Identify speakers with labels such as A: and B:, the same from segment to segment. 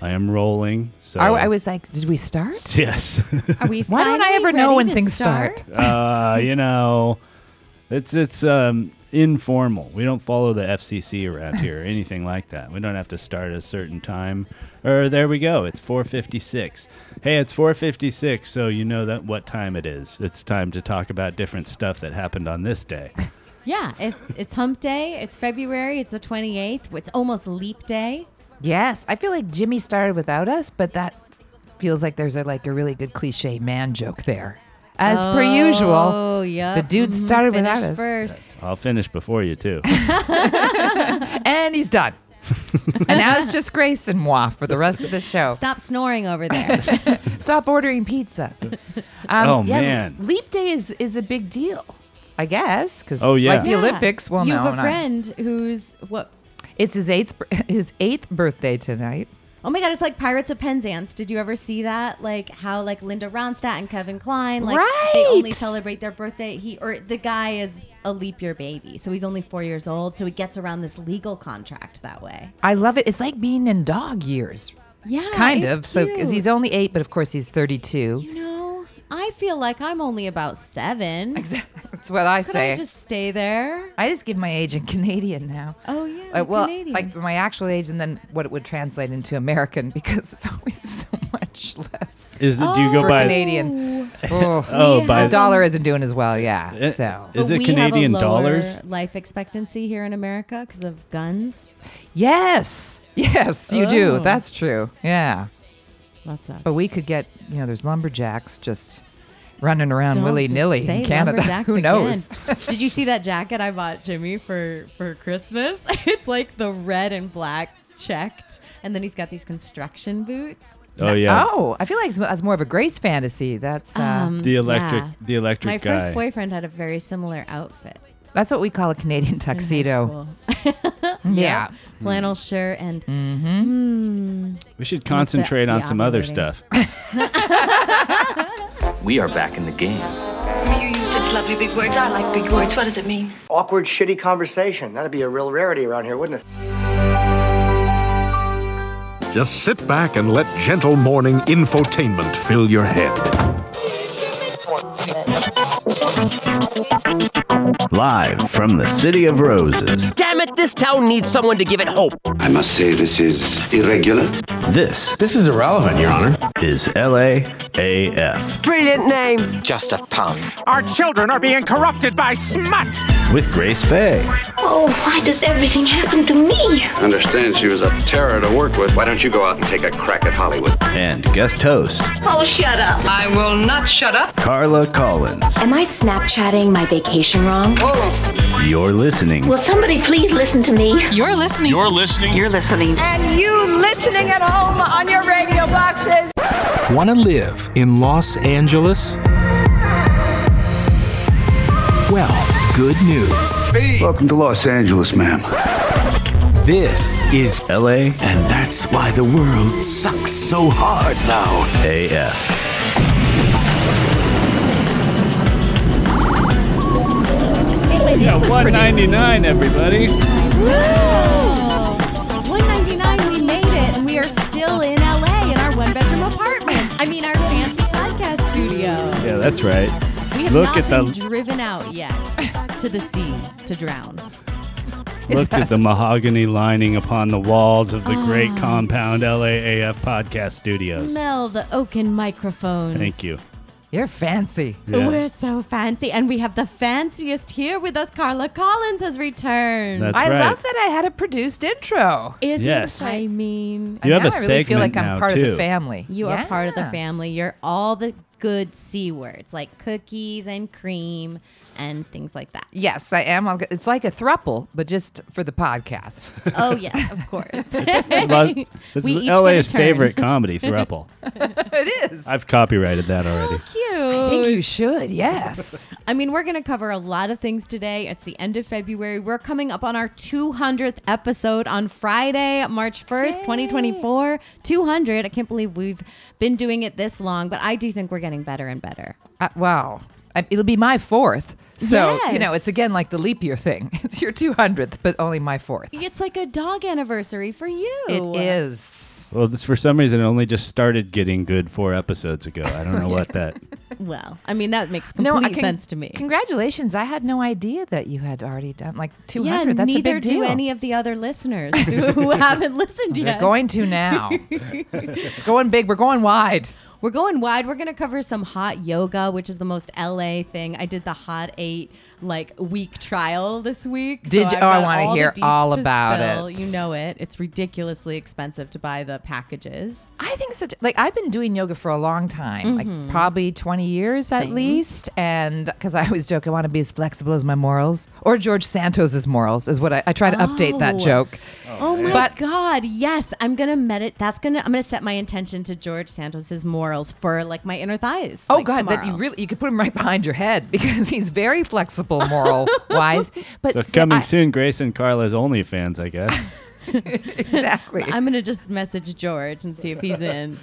A: I am rolling. So
B: I, I was like, did we start?
A: yes.
C: Are we
B: Why don't I
C: finally
B: ever know
C: ready
B: when
C: to
B: things start?
A: uh, you know, it's it's um, informal. We don't follow the FCC around here or anything like that. We don't have to start at a certain time. Or there we go. It's 4:56. Hey, it's 4:56, so you know that what time it is. It's time to talk about different stuff that happened on this day.
C: Yeah, it's it's hump day. It's February. It's the 28th. It's almost leap day.
B: Yes, I feel like Jimmy started without us, but that feels like there's a like a really good cliche man joke there. As per usual,
C: Oh, yeah.
B: the dude started without us.
C: first.
A: I'll finish before you too.
B: and he's done. and now it's just Grace and moi for the rest of the show.
C: Stop snoring over there.
B: Stop ordering pizza. Um,
A: Oh, man.
B: Leap Day is is a big deal, I guess, because
A: Oh, yeah.
B: like the
C: Yeah.
B: Olympics. Well,
C: you
B: no,
C: have a
B: not-
C: friend who's what?
B: it's his eighth bir- his eighth birthday tonight.
C: Oh my god, it's like Pirates of Penzance. Did you ever see that? Like how like Linda Ronstadt and Kevin Klein, like they only
B: Right.
C: celebrate their birthday. He or the guy is a leap year baby, so he's only four years old. So he gets around this legal contract that way.
B: I love it. It's like being in dog years,
C: Yeah,
B: kind
C: it's
B: of. So
C: cute.
B: because he's only eight, but of course he's thirty-two.
C: You know, I feel like I'm only about seven.
B: That's what I
C: Could
B: say.
C: I just stay there?
B: I just give my age in Canadian now.
C: Oh yeah,
B: Uh,
C: I'm
B: well,
C: Canadian.
B: like my actual age, and then what it would translate into American because it's always so much less.
A: Is it, do you go
B: For
A: by
B: Canadian. Oh,
A: Oh,
C: We
A: by
B: the dollar isn't doing as well. Yeah,
A: Eh,
B: so
A: Is
C: But
A: it
C: we
A: Canadian
C: have a lower
A: dollars?
C: Life expectancy here in America because of guns.
B: Yes. Yes, you
C: Oh.
B: do. That's true. Yeah.
C: That sucks.
B: But we could get, you know, there's lumberjacks just running around
C: Don't
B: willy
C: just
B: nilly
C: say
B: in Canada.
C: lumberjacks
B: Who knows?
C: again. Did you see that jacket I bought Jimmy for for Christmas? It's like the red and black checked, and then he's got these construction boots.
A: Oh yeah.
B: Oh, I feel like it's- that's more of a Grace fantasy. That's uh,
C: Um,
A: The electric
C: yeah.
A: the electric
C: My
A: guy.
C: first boyfriend had a very similar outfit.
B: that's what we call a Canadian
C: in high
B: tuxedo. Mm-hmm.
C: school.
B: Yeah. Mm-hmm.
C: flannel shirt and
D: Hmm.
A: we should concentrate
C: the
A: on some other
C: operating.
A: stuff.
E: We are back in the game.
F: I mean, you use such lovely big words. I like big words. What does it mean?
G: Awkward, shitty conversation. That'd be a real rarity around here, wouldn't it?
H: Just sit back and let gentle morning infotainment fill your head.
A: Live from the City of Roses,
I: Damn it, this town needs someone to give it hope.
J: I must say this is irregular.
A: this
K: This is irrelevant, Your Honor.
A: is LAAF
I: Brilliant name.
K: Just a pun.
I: Our children are being corrupted by smut.
A: with Grace Bay.
D: Oh, why does everything happen to me?
J: I understand she was a terror to work with. Why don't you go out and take a crack at Hollywood?
A: and guest host
F: Oh, shut up. I will not shut up.
A: Carla Collins.
D: Am I Snapchatting my vacation wrong?
F: Oh,
A: You're listening
D: Will somebody please listen to me?
F: you're listening. You're listening. You're listening.
I: And you listening at home on your radio boxes.
K: Want to live in Los Angeles? Well, good news.
J: Welcome to Los Angeles, ma'am.
K: This is,
A: LAAF.
K: and that's why the world sucks so hard now.
A: Yeah, 199, everybody.
C: 199 we made it and we are still in la in our one bedroom apartment i mean our fancy podcast studio
A: Yeah, that's right.
C: we have
A: Look
C: not
A: at
C: been
A: the-
C: driven out yet to the sea to drown
A: Look at the mahogany lining upon the walls of the great compound LAAF podcast studios.
C: smell the oaken microphones
A: Thank you.
B: You're fancy.
A: Yeah.
C: We're so fancy, and we have the fanciest here with us. Carla Collins has returned.
A: That's
B: I
A: right.
B: love that I had a produced intro.
C: Isn't
A: Yes.
C: I mean,
A: You
B: And
A: have
B: now
A: a
B: I really feel
A: segment
B: like I'm
A: now,
B: part of
A: too.
B: the family.
C: You are part of the
B: Yeah.
C: family. You're all the good C words like cookies and cream and things like that.
B: Yes, I am. I'll g- It's like a thruple, but just for the podcast.
C: Oh, yes, of course.
A: Lo- This
C: We
A: is
C: each get a
A: LA's
C: turn.
A: favorite comedy, Thruple.
B: it is.
A: I've copyrighted that already.
B: I
C: Cute.
B: think you should. Yes.
C: I mean, we're going to cover a lot of things today. It's the end of February. We're coming up on our 200th episode on Friday, March 1st, 2024. 200. I can't believe we've been doing it this long, but I do think we're getting better and better.
B: Uh, wow. I, it'll be my fourth. So, you know,
C: Yes.
B: it's again like the leap year thing. It's your 200th, but only my fourth.
C: It's like a dog anniversary for you.
B: It is.
A: Well, this, for some reason, it only just started getting good four episodes ago. I don't know what that.
C: Well, I mean that makes
B: No,
C: complete
B: I can-
C: sense to me.
B: Congratulations! I had no idea that you had already done like 200.
C: yeah,
B: That's a
C: neither
B: big deal.
C: do any of the other listeners who, who haven't listened
B: We're
C: yet.
B: going to now. it's going big. We're going wide.
C: We're going wide. We're going to cover some hot yoga, which is the most LA thing. I did the hot eight like week trial this week.
B: Did you-
C: I've
B: oh, I
C: got
B: wanna
C: the
B: hear
C: deets
B: all
C: to
B: about
C: spill.
B: it.
C: You know it. It's ridiculously expensive to buy the packages.
B: I think so. too. Like I've been doing yoga for a long time, like probably 20 years at
C: Same.
B: least. And because I always joke, I want to be as flexible as my morals or George Santos's morals is what I, I try to update that
C: Oh.
B: joke.
C: Oh my
B: But-
C: God! Yes, I'm gonna meditate. That's gonna. I'm gonna set my intention to George Santos's morals for like my inner thighs.
B: Oh
C: like,
B: God, that you
C: tomorrow.
B: really you could put him right behind your head because he's very flexible moral wise. But
A: So
B: see,
A: coming
B: I-
A: soon, Grace and Carla's OnlyFans, I guess.
B: exactly.
C: I'm gonna just message George and see if he's in.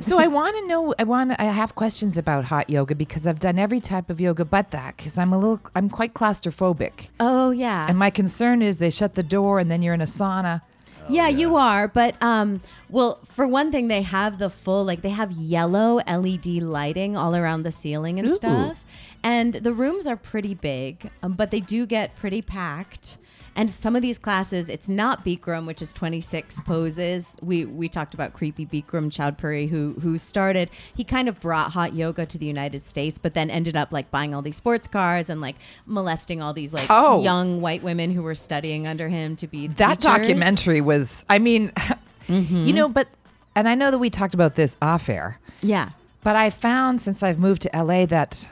B: so I want to know. I want. I have questions about hot yoga because I've done every type of yoga but that because I'm a little. I'm quite claustrophobic,
C: Oh yeah.
B: and my concern is they shut the door and then you're in a sauna.
C: yeah, you are. But um, well, for one thing, they have the full like they have yellow LED lighting all around the ceiling and
B: Ooh.
C: stuff, and the rooms are pretty big, um, but they do get pretty packed. And some of these classes, it's not Bikram, which is 26 poses. We we talked about creepy Bikram Chowdhury, who who started. He kind of brought hot yoga to the United States, but then ended up like buying all these sports cars and like molesting all these like
B: Oh.
C: young white women who were studying under him to be
B: That
C: teachers. Mm-hmm.
B: documentary was, I mean, you know, but, and I know that we talked about this off air,
C: Yeah.
B: but I found since I've moved to LA that,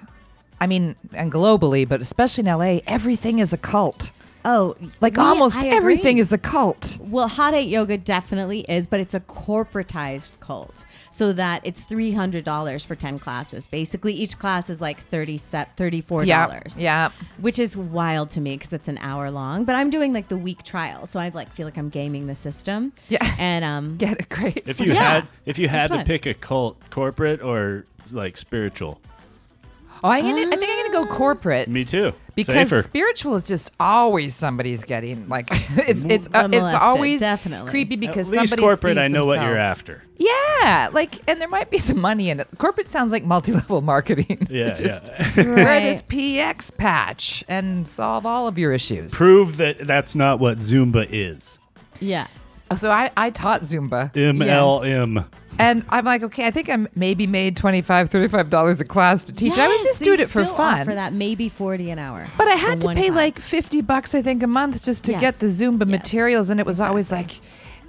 B: I mean, and globally, but especially in LA, everything is a cult.
C: Oh,
B: Like almost everything is a cult.
C: Well, hot eight yoga definitely is, but it's a corporatized cult. So that it's three hundred dollars for ten classes. Basically, each class is like thirty set thirty four dollars.
B: Yeah.
C: which is wild to me because it's an hour long. But I'm doing like the week trial, so I like feel like I'm gaming the system.
B: Yeah.
C: and um,
B: Get it, Grace.
A: If you
C: Yeah.
A: had, if you had
C: That's
A: to
C: fun.
A: pick a cult, corporate or like spiritual,
B: oh, I'm gonna, I think I'm going to go corporate.
A: me too.
B: Because
A: Safer.
B: spiritual is just always somebody's getting like it's it's
C: Well,
B: uh, it's
C: molested,
B: always
C: definitely.
B: creepy because
A: At least
B: somebody
A: corporate,
B: sees
A: I know what you're
B: themselves.
A: after.
B: Yeah, like, and there might be some money in it. Corporate sounds like multi-level marketing.
A: Yeah,
B: Just
A: yeah.
B: Wear this PX patch and solve all of your issues.
A: Prove that that's not what Zumba is.
C: yeah.
B: So I, I taught Zumba,
A: M L M.
B: and I'm like, okay, I think I'm maybe made 25 $35 a class to teach. I was
C: Yes,
B: just
C: they
B: doing it for
C: still
B: fun.
C: offer that maybe forty an hour.
B: But I
C: for
B: had to
C: one
B: pay
C: class.
B: like 50 bucks, I think, a month just to get
C: Yes.
B: the Zumba
C: Yes.
B: materials. And it was always like,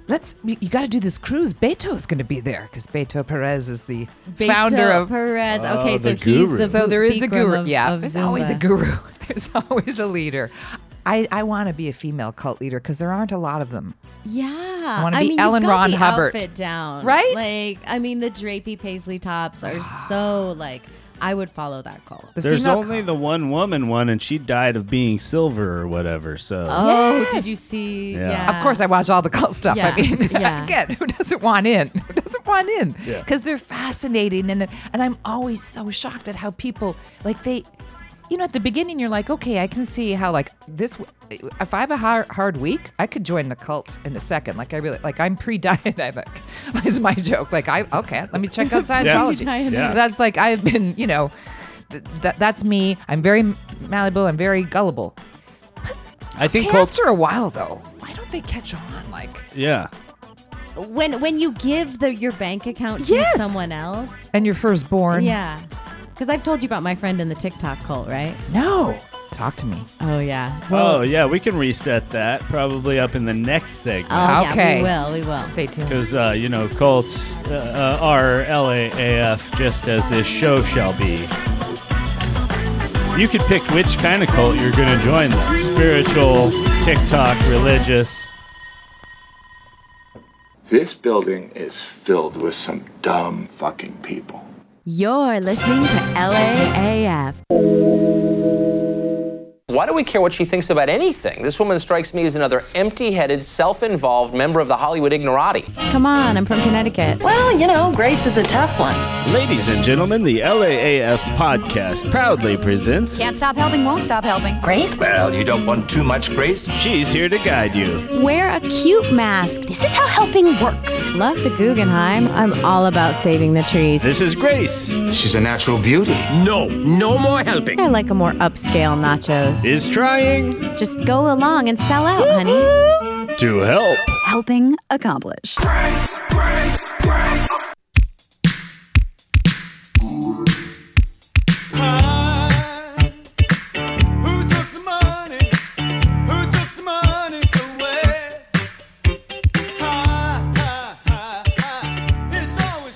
B: let's, you, got to do this cruise. Beato's going to be there because Beto Perez is the
C: Beto
B: founder of.
C: Perez. Okay,
A: Oh,
C: so
A: the
C: he's
A: guru.
C: the
B: so there is a
C: Bikram
B: guru.
C: Of,
B: yeah.
C: of
B: there's always a
C: Zumba.
B: guru, there's always a leader. I, I want to be a female cult leader because there aren't a lot of them.
C: Yeah, I
B: wanna be
C: mean, you've
B: Ellen
C: got
B: Ron
C: the
B: Hubbard.
C: outfit down,
B: Right?
C: Like, I mean, the drapey paisley tops are so like. I would follow that cult.
B: The
A: There's
B: female
A: only the one woman one, and she died of being silver or whatever. So
C: Oh,
B: Yes.
C: did you see?
A: Yeah.
C: Yeah.
B: Of course, I watch all the cult stuff.
C: Yeah,
B: I mean,
C: yeah.
B: again, who doesn't want in? Who doesn't want in?
A: Yeah.
B: Because they're fascinating, and and I'm always so shocked at how people like they. You know, at the beginning, you're like, okay, I can see how like this. If I have a hard, hard week, I could join the cult in a second. Like I really like I'm pre-diabetic. Is my joke. Like I okay, let me check out Scientology.
C: Pre-diabetic.
A: Yeah.
B: That's like I've been. You know, th- that that's me. I'm very malleable. I'm very gullible.
A: I think
B: Okay,
A: cults.
B: after a while, though, why don't they catch on? Like.
A: Yeah,
C: When when you give the your bank account to
B: Yes.
C: someone else,
B: And your firstborn?
C: yeah. Because I've told you about my friend in the TikTok cult, right?
B: No. Talk to me.
C: Oh yeah.
A: oh yeah, we can reset that probably up in the next segment
C: Oh
B: Okay.
C: yeah. We will. We will.
B: Stay tuned.
A: because uh, you know cults uh, uh, are LAAF just as this show shall be. You could pick which kind of cult you're going to join: though. spiritual, TikTok, religious.
K: This building is filled with some dumb fucking people.
C: You're listening to LAAF.
E: Why do we care what she thinks about anything? This woman strikes me as another empty headed, self involved member of the Hollywood ignorati.
C: Come on, I'm from Connecticut.
F: Well, you know, Grace is a tough one.
A: Ladies and gentlemen, the LAAF podcast proudly presents
L: Can't stop helping, won't stop helping. Grace?
M: Well, you don't want too much grace.
A: She's here to guide you.
C: Wear a cute mask. This is how helping works. Love the Guggenheim. I'm all about saving the trees.
A: This is Grace.
K: She's a natural beauty.
M: No, no more helping.
C: I like a more upscale nachos.
A: Is trying.
C: Just go along and sell out, honey.
A: To help.
L: Helping accomplished. Grace, Grace, Grace.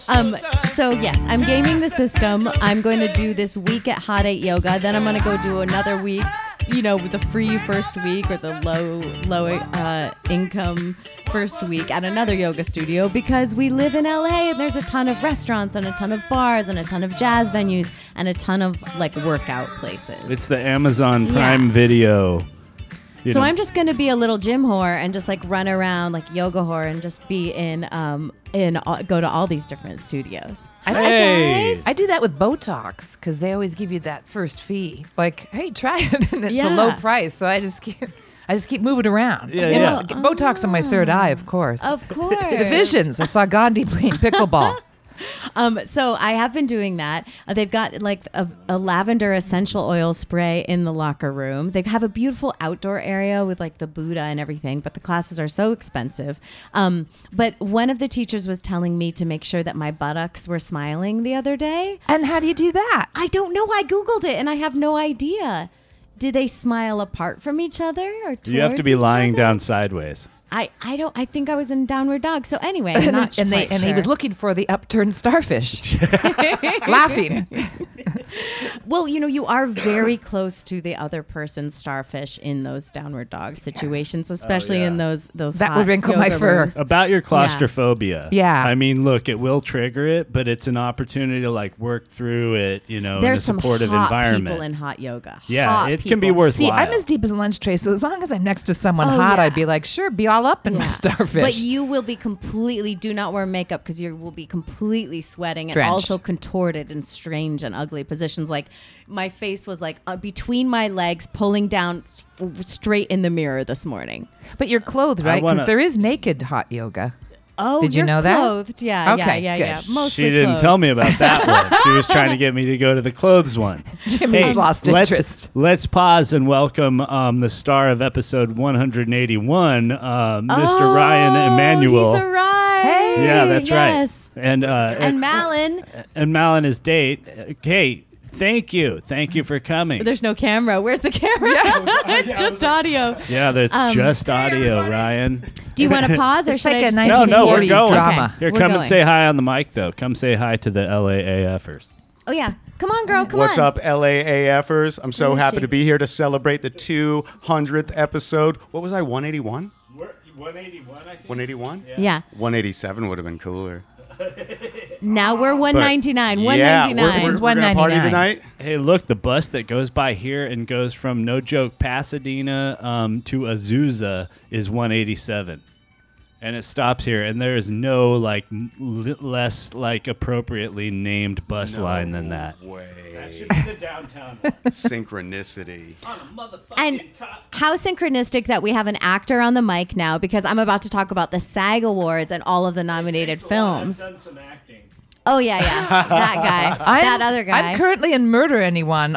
C: Um, so yes, I'm gaming the system. I'm going to do this week at Hot 8 Yoga. Then I'm going to go do another week, you know, with the free first week or the low low uh, income first week at another yoga studio because we live in LA and there's a ton of restaurants and a ton of bars and a ton of jazz venues and a ton of like workout places.
A: It's the Amazon Prime Video. you
C: so
A: know.
C: I'm just gonna be a little gym whore and just like run around like yoga whore and just be in um in all, go to all these different studios.
B: I,
A: Hey.
B: I do that with Botox because they always give you that first fee. Like, hey, try it, and it's a
C: Yeah.
B: low price. So I just keep, I just keep moving around.
A: Yeah,
B: You know,
A: yeah.
B: get Botox on my third eye, of course.
C: Of course,
B: the visions. I saw Gandhi playing pickleball.
C: Um, so I have been doing that. Uh, they've got like a, a lavender essential oil spray in the locker room. They have a beautiful outdoor area with like the Buddha and everything, but the classes are so expensive. Um, but one of the teachers was telling me to make sure that my buttocks were smiling the other day.
B: and how do you do that?
C: I don't know. I Googled it and I have no idea. Do they smile apart from each other or
A: Do you have to
C: towards
A: be
C: each
A: lying
C: other?
A: down sideways?
C: I, I don't I think I was in downward dog. So anyway, I'm not
B: and they
C: quite
B: and he
C: sure.
B: was looking for the upturned starfish, laughing.
C: Well, you know, you are very close to the other person's starfish in those downward dog
A: Oh,
C: situations, especially in those those
B: That
C: hot
B: would wrinkle my
C: yoga
B: fur.
C: rooms.
A: About your claustrophobia.
B: Yeah.
A: I mean, look, it will trigger it, but it's an opportunity to like work through it, you know,
C: There's
A: in a
C: some
A: supportive
C: hot
A: environment.
C: people in hot yoga.
A: Yeah,
C: Hot
A: it can be
C: people.
A: worthwhile.
B: See, I'm as deep as a lunch tray, so as long as I'm next to someone
C: Oh,
B: hot,
C: yeah.
B: I'd be like, sure, be all up in my starfish.
C: But you will be completely do not wear makeup because you will be completely sweating and
B: Drenched.
C: also contorted in strange and ugly positions. Like my face was like uh, between my legs, pulling down s- straight in the mirror this morning.
B: But you're clothed,
A: I
B: right? Because
A: wanna-
B: there is naked hot yoga.
C: Oh,
B: Did you
C: you're
B: know that?
C: clothed. Yeah, yeah,
B: Okay,
C: yeah,
B: good.
C: yeah. Mostly
A: she didn't
C: clothed.
A: tell me about that one. She was trying to get me to go to the clothes one.
B: Jimmy's lost
A: let's,
B: interest.
A: Let's pause and welcome um, the star of episode 181, uh, Mr. Ryan
C: Oh,
A: Emanuel.
C: He's arrived.
A: yeah, that's
C: yes.
A: right. And uh,
C: And Malin,
A: and Malin is date. uh, Hey, thank you, thank you for coming.
C: there's no camera. Where's the camera? it's just audio.
A: yeah, that's
C: um,
A: just audio, Ryan.
C: Do you want to pause or
B: It's
C: should
B: like
C: I
B: a
C: just
A: No, no, we're
B: 1940s
A: going.
B: drama.
A: Here,
C: We're
A: come and
C: going.
A: say hi on the mic, though. Come say hi to the LAAFers.
C: Oh yeah, come on, girl, come
N: What's
C: on.
N: up, LAAFers? I'm so
C: Who is
N: happy
C: she?
N: to be here to celebrate the 200th episode. What was I, 181?
A: 181, I think.
N: 181?
C: Yeah.
N: 187 would have been cooler.
C: Now we're
N: But
C: 199.
N: yeah, we're-
C: 199.
N: we're- we're gonna party tonight.
A: Hey, look, the bus that goes by here and goes from no joke Pasadena um, to Azusa is 187, and it stops here. And there is no like m- l- less like appropriately named bus line than that.
N: Way.
A: the downtown
N: Synchronicity.
C: And how synchronistic that we have an actor on the mic now because I'm about to talk about the SAG Awards and all of the nominated films.
A: some acting.
C: Oh yeah, yeah, that guy,
B: I'm,
C: that other guy.
B: I'm currently in Murder Anyone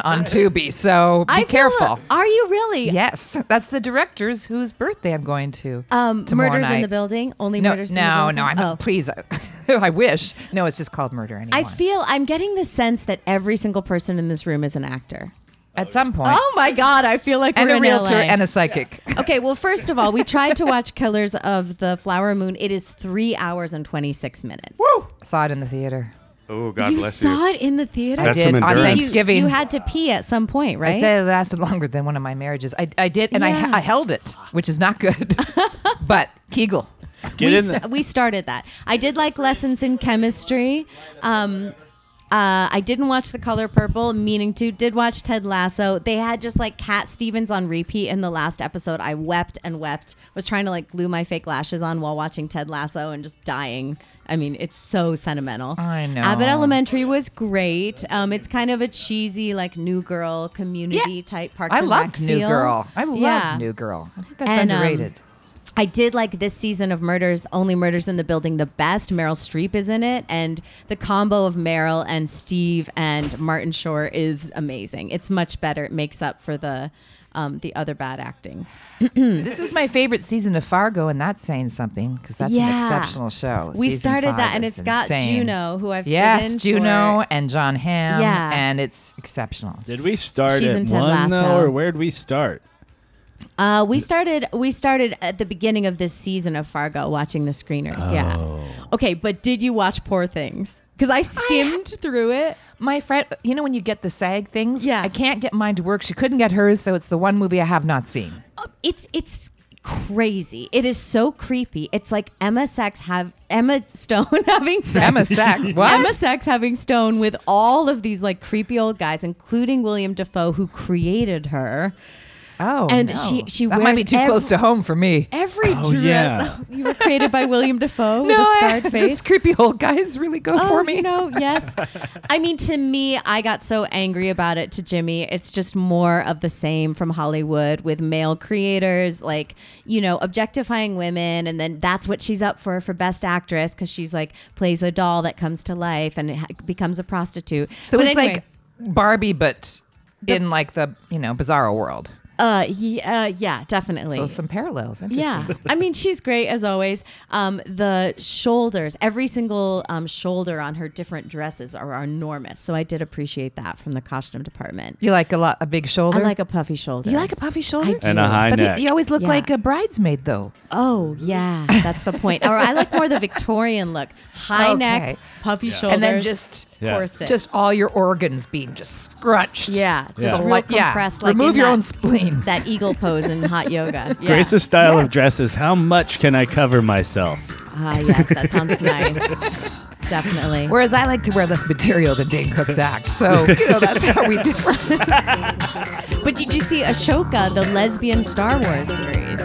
B: on Tubi, so be
C: I feel-
B: careful.
C: Are you really?
B: yes, that's the director's whose birthday I'm going to.
C: Um,
B: tomorrow
C: murders in
B: night.
C: the building. Only
B: No,
C: murders. in the
B: no,
C: building?
B: no. I'm
C: Oh.
B: please. I, I wish. No, it's just called Murder Anyone.
C: I feel I'm getting the sense that every single person in this room is an actor.
B: At some point.
C: Oh my God, I feel like
B: and
C: we're
B: a
C: in
B: realtor
C: LA.
B: and a psychic.
C: Okay, well, first of all, we tried to watch Killers of the Flower Moon. It is three hours and 26 minutes. Woo!
B: Saw it in the theater.
N: Oh, God
C: you
N: bless
C: saw
N: you.
C: it in the theater?
N: That's
B: I
N: some
B: did on
N: endurance.
B: Thanksgiving.
C: You had to pee at some point, right?
B: I said it lasted longer than one of my marriages. I, I did, and
C: Yeah.
B: I, I held it, which is not good. but Kegel.
A: Get
C: we,
A: in
C: s-
A: the-
C: we started that. I did like lessons in chemistry. Um, Uh, I didn't watch The Color Purple, meaning to. Did watch Ted Lasso. They had just like Cat Stevens on repeat in the last episode. I wept and wept. Was trying to like glue my fake lashes on while watching Ted Lasso and just dying. I mean, it's so sentimental. I
B: know.
C: Abbott Elementary was great. Um, it's kind of a cheesy, like New Girl community type Parks
B: I
C: and Rec
B: loved New
C: feel.
B: Girl. I loved
C: Yeah.
B: New Girl. I think that's
C: And, um,
B: underrated.
C: I did like this season of Murders, Only Murders in the Building, the best. Meryl Streep is in it, and the combo of Meryl and Steve and Martin Short is amazing. It's much better. It makes up for the um, the other bad acting.
B: this is my favorite season of Fargo, and that's saying something because that's an exceptional show.
C: We
B: Season
C: started
B: five
C: that, and
B: is
C: it's got
B: insane.
C: Juno, who I've stood
B: yes,
C: in
B: Juno
C: for.
B: and John Hamm.
C: Yeah.
B: and it's exceptional.
A: Did we start
C: She's in
A: at
C: Ted
A: one
C: Lasso.
A: though, or where'd we start?
C: Uh, we started we started at the beginning of this season of Fargo watching the screeners. Yeah. Okay, but did you watch Poor Things? Because I skimmed through it.
B: My friend, you know when you get the SAG things? Yeah. I can't get mine to work. She couldn't get hers, so it's the one movie I have not seen.
C: Um, It's it's crazy. It is so creepy. It's like Emma Sex have Emma Stone having sex.
B: Emma Sachs, what?
C: Emma Sex having Stone with all of these like creepy old guys, including William Defoe, who created her.
B: Oh,
C: and
B: no.
C: she she
B: that
C: wears
B: might be too
C: ev-
B: close to home for me.
C: Every
B: Oh,
C: dress.
B: yeah.
C: you were created by William Defoe with
B: No,
C: a
B: I-
C: scarred face.
B: just creepy old guys really go
C: Oh,
B: for me.
C: You know, yes. I mean, to me, I got so angry about it. To Jimmy, it's just more of the same from Hollywood with male creators, like you know, objectifying women, and then that's what she's up for for best actress because she's like plays a doll that comes to life and ha- becomes a prostitute.
B: So
C: But
B: it's
C: anyway.
B: like Barbie, but in like the you know bizarro world.
C: Uh, yeah, yeah, definitely.
B: So some parallels.
C: Yeah,
B: Interesting.
C: I mean she's great as always. Um, the shoulders, every single um, shoulder on her different dresses are enormous. So I did appreciate that from the costume department.
B: You like a lot a big shoulder.
C: I like a puffy shoulder.
B: You like a puffy shoulder
C: I do.
A: And a high
B: But
A: neck.
B: You, you always look
C: Yeah.
B: like a bridesmaid though.
C: Oh yeah, that's the point. or I like more the Victorian look, high neck,
B: Okay.
C: puffy
B: Yeah.
C: shoulders,
B: And then just-
A: Yeah.
C: corset.
B: Just all your organs being just scrunched.
C: yeah, just
A: Yeah.
C: real
B: Like- yeah.
C: compressed. Like
B: Remove
C: in
B: your
C: that-
B: own spleen.
C: That eagle pose in hot yoga. Yeah.
A: Grace's style of dresses. How much can I cover myself?
C: Ah yes, that sounds nice. Definitely.
B: Whereas I like to wear less material than Dane Cook's act. So, you know, that's how we differ.
C: But did you see Ashoka, the lesbian Star Wars series?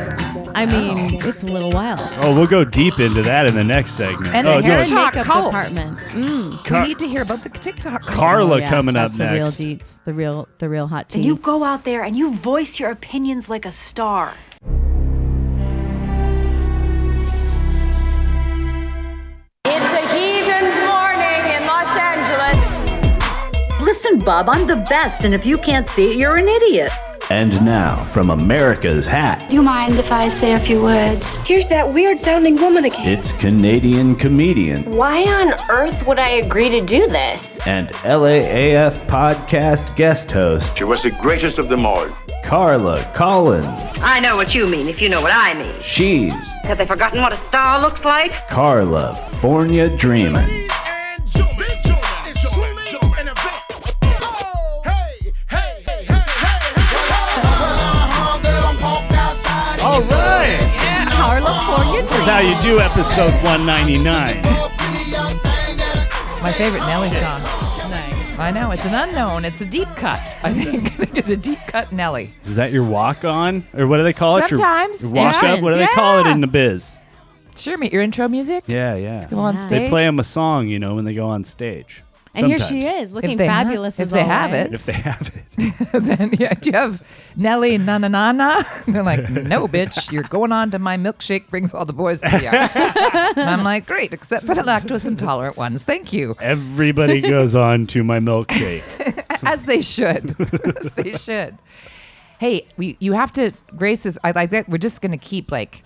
C: I mean, it's a little wild.
A: Oh, we'll go deep into that in the next segment.
C: And
A: oh,
C: the
A: no,
C: hair
A: it's
C: and makeup
B: cult.
C: department. Mm.
A: Car-
B: we need to hear about the TikTok.
A: Carla
C: Oh, yeah,
A: coming up
C: That's the real
A: next.
C: deets, the real, the real hot tea.
O: And you go out there and you voice your opinions like a star.
I: It's a heathen's morning in Los Angeles.
P: Listen, Bob, I'm the best, and if you can't see it, you're an idiot.
Q: And now, from America's hat,
D: You mind if I say a few words? Here's that weird sounding woman again.
Q: it's Canadian comedian
R: Why on earth would I agree to do this?
Q: and LAAF podcast guest host. She was the greatest of them all. Carla Collins.
I: I know what you mean if you know what I mean.
Q: She's
I: Have they forgotten what a star looks like?
Q: Carla Fornia Dreamin'.
A: All right.
C: California
A: This is how you do episode 199.
B: My favorite Nelly song. Nice. I know. It's an unknown. It's a deep cut. I think, I think it's a deep cut Nelly.
A: Is that your walk on? Or what do they call it? Your-
B: Sometimes.
A: Your, walk up? What do they call it in the biz?
B: Sure, mate. Your intro music?
A: Yeah, yeah.
B: go on Yeah.
A: They play
B: stage.
A: them a song, you know, when they go on stage.
C: and here
A: Sometimes.
C: she is, looking
B: they have-
C: fabulous.
B: if
C: as
B: they have
C: always.
A: If they have it.
B: then, yeah, do you have Nelly na na na na? And they're like, no, bitch. You're going on to my milkshake brings all the boys to the yard. and I'm like, great, except for the lactose intolerant ones. Thank you.
A: Everybody goes on to my milkshake.
B: as they should. as they should. Hey, we you have to Grace is I like that. We're just gonna keep like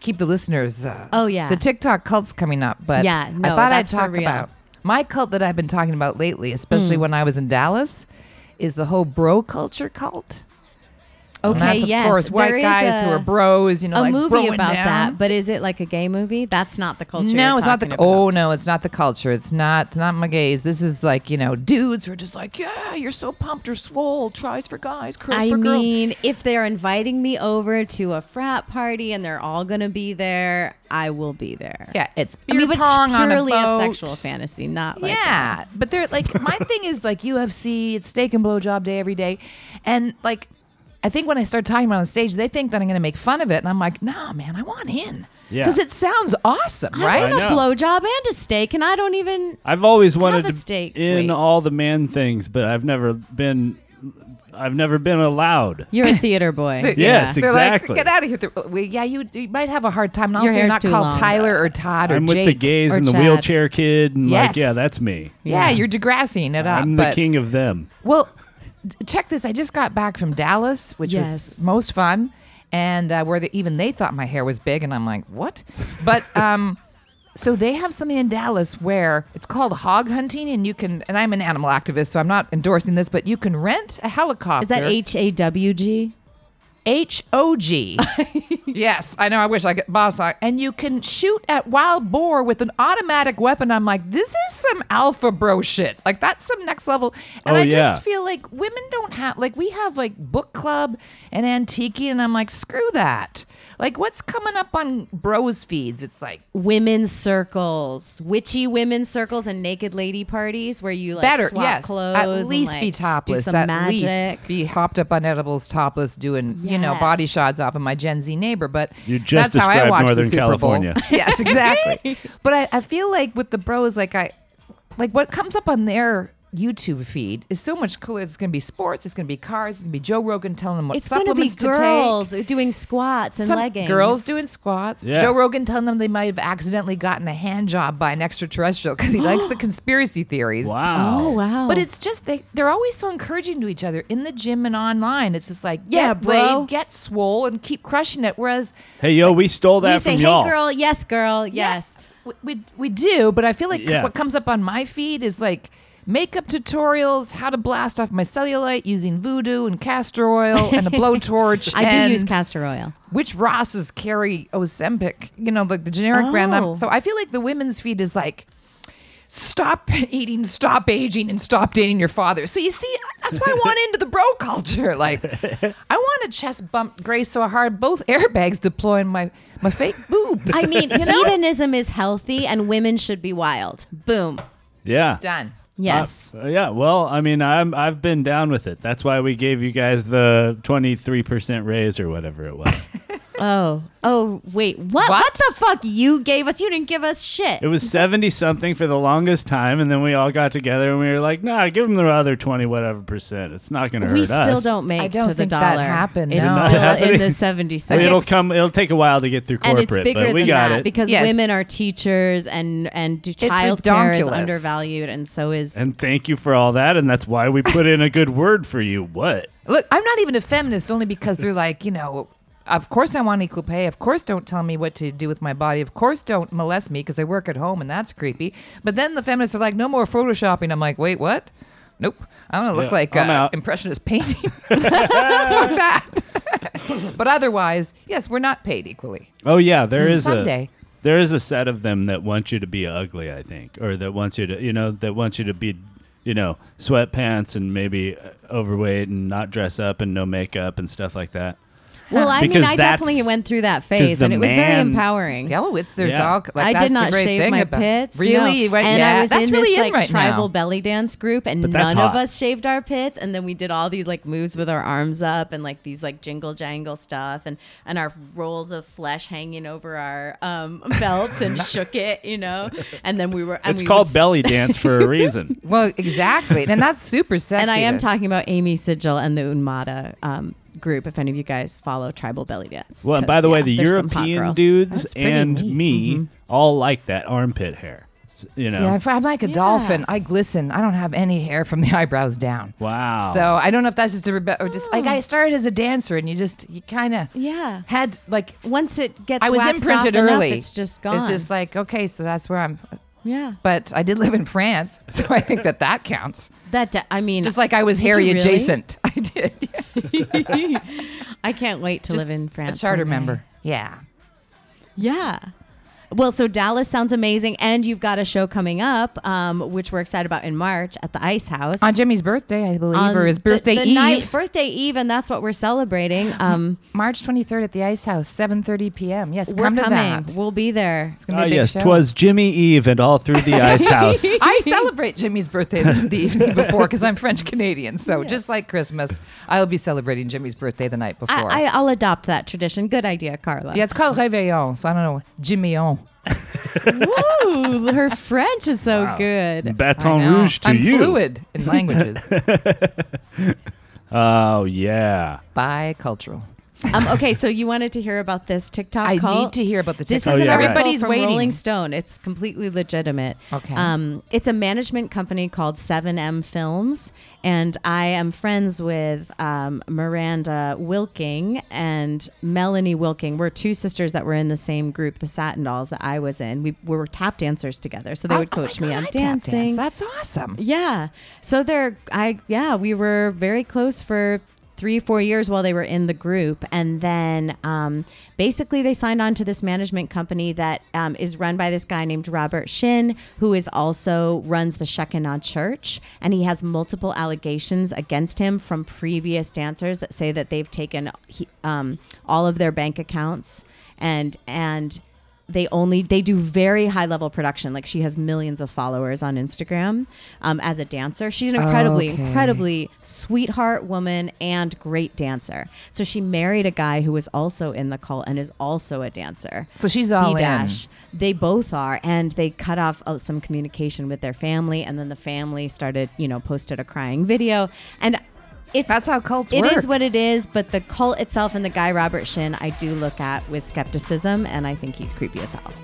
B: keep the listeners. Uh,
C: Oh, yeah.
B: the TikTok cult's coming up, but
C: Yeah,
B: I
C: no,
B: thought I'd
C: that's for
B: talk
C: real.
B: about my cult that I've been talking about lately, especially
C: Mm.
B: when I was in Dallas, is the whole bro culture cult. And
C: Okay,
B: that's, of
C: yes.
B: course, white
C: there is
B: guys who
C: a-
B: are bros, you know,
C: a
B: like
C: movie
B: broing
C: about
B: down.
C: that, but is it like a gay movie? That's not the culture.
B: No,
C: you're
B: it's not the.
C: talking about.
B: Oh no, it's not the culture. It's not it's not my gaze. This is like you know, dudes who are just like, yeah, you're so pumped or swole. Tries for guys, curls
C: I
B: for girls.
C: mean, if they are inviting me over to a frat party and they're all going to be there, I will be there.
B: Yeah, it's
C: I mean,
B: beer
C: but
B: pong
C: it's
B: on a
C: purely
B: boat.
C: sexual fantasy, not like
B: yeah, but they're like my thing is like UFC. It's steak and blowjob day every day, and like I think when I start talking about it on stage, they think that I'm going to make fun of it, and I'm like, nah, man, I want in
A: Yeah.
B: because it sounds awesome,
A: I
B: right?
A: want a I know.
C: blowjob and a steak, and I don't even.
A: I've always wanted
C: a
A: to
C: steak,
A: in
C: wait.
A: all the man things, but I've never been. I've never been allowed.
C: You're a theater boy.
A: Yes,
B: They're
A: exactly.
B: like, get out of here. They're- well, yeah, you, you might have a hard time. And
C: Your
B: also, you're
C: hair's
B: not
C: too
B: called
C: long.
B: Tyler or Todd or
A: I'm with
B: Jake.
A: the gays
B: or
A: and the
B: Chad.
A: wheelchair kid, and
B: Yes.
A: like, yeah, that's me.
B: Yeah, you're deGrasseing it up.
A: I'm the
B: but,
A: king of them.
B: Well, d- check this. I just got back from Dallas, which
A: Yes.
B: was most fun, and uh, where the, even they thought my hair was big, and I'm like, what? But um, so they have something in Dallas where it's called hog hunting, and you can. And I'm an animal activist, so I'm not endorsing this, but you can rent a helicopter.
C: Is that H A W G?
B: H O G. Yes, I know. I wish I could, boss. I, and you can shoot at wild boar with an automatic weapon. I'm like, this is some alpha bro shit. Like that's some next level. And
A: Oh,
B: I
A: yeah.
B: just feel like women don't have like we have like book club and antiquing, and I'm like, screw that. Like what's coming up on bros feeds? It's like
C: Women's circles, witchy women's circles, and naked lady parties where you like
B: better.
C: swap
B: yes,
C: clothes.
B: at
C: and,
B: least
C: like,
B: be topless.
C: Do some
B: at
C: magic.
B: least be hopped up on edibles, topless, doing you know body shots off of my Gen Z neighbor. But
A: You just
B: that's how I
A: described
B: watch the
A: Northern
B: Super
A: California.
B: Bowl. yes, exactly. but I, I feel like with the bros, like I, like what comes up on their YouTube feed is so much cooler. It's going to be sports. It's going to be cars. It's going to be Joe Rogan telling them what
C: It's going to be
B: supplements to take.
C: girls doing squats and
B: Some
C: leggings.
B: girls doing squats.
C: Yeah.
B: Joe Rogan telling them they might have accidentally gotten a hand job by an extraterrestrial because he likes the conspiracy theories.
A: Wow. Oh,
C: wow.
B: But it's just they they're always so encouraging to each other in the gym and online. It's just like
C: Yeah,
B: get
C: bro.
B: laid, get swole, and keep crushing it. Whereas
A: Hey, yo, we stole that
C: we say,
A: from
C: "Hey,
A: y'all.
C: girl, yes, girl, yes."
B: we we, we do, but I feel like
A: Yeah.
B: what comes up on my feed is like. Makeup tutorials, how to blast off my cellulite using voodoo and castor oil and a blowtorch.
C: I do use
B: and-
C: castor oil.
B: which Rosses carry Ozempic, you know, like the generic brand.
C: Oh.
B: I'm, so I feel like the women's feed is like, stop eating, stop aging, and stop dating your father. So you see, that's why I want into the bro culture. Like, I want a chest bump Grace so hard, both airbags deploying my my fake boobs.
C: I mean,
B: you know,
C: hedonism is healthy, and women should be wild. Boom.
A: Yeah.
B: done.
C: Yes.
A: Uh, yeah. Well, I mean, I'm I've been down with it. That's why we gave you guys the 23% raise or whatever it was.
C: oh, oh, wait. What? what? the fuck? You gave us? You didn't give us shit.
A: it was 70 something for the longest time, and then we all got together and we were like, Nah, give them the other 20 whatever percent. It's not going to hurt
C: we still
A: us.
C: don't make
B: I don't
C: to the
B: think
C: dollar.
B: that happened,
C: It's
B: no.
A: Not
C: still in
A: happening.
C: the seventy seconds.
A: It'll come. It'll take a while to get through
C: and
A: corporate,
C: it's bigger
A: but we
C: than
A: got
C: that
A: it.
C: because
B: Yes.
C: women are teachers and and do
B: It's
C: childcare is
B: redonkulous.
C: undervalued, and so is
A: And thank you for all that, and that's why we put in a good word for you. What?
B: Look, I'm not even a feminist only because they're like, you know, of course I want equal pay. Of course don't tell me what to do with my body. Of course don't molest me because I work at home and that's creepy. But then the feminists are like, no more photoshopping. I'm like, wait, what? Nope. I don't look
A: Yeah,
B: like
A: I'm
B: uh,
A: out.
B: impressionist painting. Fuck that. but otherwise, yes, we're not paid equally.
A: Oh yeah, there
B: Mm,
A: is
B: someday.
A: a there is a set of them that want you to be ugly, I think, or that wants you to you know that wants you to be you know sweatpants and maybe uh, overweight and not dress up and no makeup and stuff like that.
C: Well, I mean,
A: Because
C: I
A: that's-
C: definitely went through that
A: 'cause
C: phase,
A: the
C: and it was very
A: man-
C: empowering.
B: Oh, it's there's
A: Yeah.
B: all. Like,
C: I
B: that's
C: did
B: the
C: not
B: great
C: shave
B: thing
C: my
B: about-
C: pits.
B: Really?
C: no.
B: Right?
C: And
B: yeah,
C: I was
B: that's
C: in
B: really
C: this
B: in
C: like
B: right
C: tribal
B: now.
C: belly dance group, and
A: But that's
C: none
A: hot.
C: of us shaved our pits. And then we did all these like moves with our arms up and like these like jingle jangle stuff, and and our rolls of flesh hanging over our um, belts, and shook it, you know. And then we were. And
A: it's
C: we
A: called
C: would-
A: belly dance for a reason.
B: Well, exactly, and that's super sexy.
C: And I am
B: to-
C: talking about Amy Sigil and the Unmada um, group. If any of you guys follow tribal belly dance,
A: Well, and
C: 'cause,
A: by the way,
C: yeah,
A: the
C: there's some hot
A: European
C: girls.
A: dudes
C: That's pretty
A: and
C: neat. Mm-hmm.
A: me all like that armpit hair. S- You know.
B: See, if I'm like a dolphin. I glisten. I don't have any hair from the eyebrows down.
A: wow.
B: So I don't know if that's just a rebe- or just like I started as a dancer and you just you kind of
C: Oh. Yeah.
B: had like
C: Once it gets
B: I was
C: waxed
B: imprinted
C: off enough,
B: early.
C: it's just gone.
B: It's just like okay, so that's where I'm.
C: Yeah.
B: But I did live in France, so I think that that counts.
C: That de- I mean,
B: Just like I was
C: did you
B: hairy
C: really?
B: adjacent.
C: I can't wait to
B: Just
C: live in France.
B: A charter
C: one day.
B: member. Yeah.
C: Yeah. Well, so Dallas sounds amazing, and you've got a show coming up, um, which we're excited about in March at the Ice House
B: On Jimmy's birthday, I believe,
C: On
B: or his
C: the-
B: birthday
C: the
B: eve. Mm-hmm.
C: night- birthday eve, and that's what we're celebrating. Um,
B: March 23rd at the Ice House, 7:30 p.m. Yes,
C: We're
B: come to
C: coming.
B: that.
C: We'll be there. It's
A: Ah, yes, 'twas Jimmy Eve and all through the ice house.
B: I celebrate Jimmy's birthday the, the evening before because I'm French Canadian. So just like Christmas, I'll be celebrating Jimmy's birthday the night before.
C: I, I, I'll adopt that tradition. Good idea, Carla.
B: yeah, it's called Réveillon. So I don't know. Jimmy on.
C: Woo, her French is so
A: Wow.
C: good.
A: Baton Rouge to
B: I'm
A: you.
B: fluid in languages.
A: Oh yeah.
B: Bicultural.
C: Um, okay, so you wanted to hear about this TikTok
B: I
C: cult?
B: need to hear about the
C: This
B: TikTok
C: is an
A: cult. Oh, yeah, right.
C: article
B: Everybody's
C: from
B: waiting.
C: Rolling Stone. It's completely legitimate.
B: Okay.
C: Um, it's a management company called 7M Films, and I am friends with um, Miranda Wilking and Melanie Wilking. We're two sisters that were in the same group, the Satin Dolls, that I was in. We, we were tap dancers together, so they
B: Oh,
C: would
B: oh my
C: coach me
B: God,
C: on
B: I tap dance.
C: dancing.
B: That's awesome.
C: Yeah. So they're I yeah, we were very close for three, four years while they were in the group. And then um, basically they signed on to this management company that um, is run by this guy named Robert Shin, who is also runs the Shekinah Church. And he has multiple allegations against him from previous dancers that say that they've taken he, um, all of their bank accounts and and they only they do very high level production like she has millions of followers on instagram um, as a dancer she's an incredibly
B: Okay.
C: incredibly sweetheart woman and great dancer so she married a guy who was also in the cult and is also a dancer
B: So she's all in.
C: dash they both are and they cut off uh, some communication with their family and then the family started you know posted a crying video and it's
B: That's how cults
C: it
B: work.
C: is what it is, but the cult itself and the guy Robert Shin, I do look at with skepticism, and I think he's creepy as hell.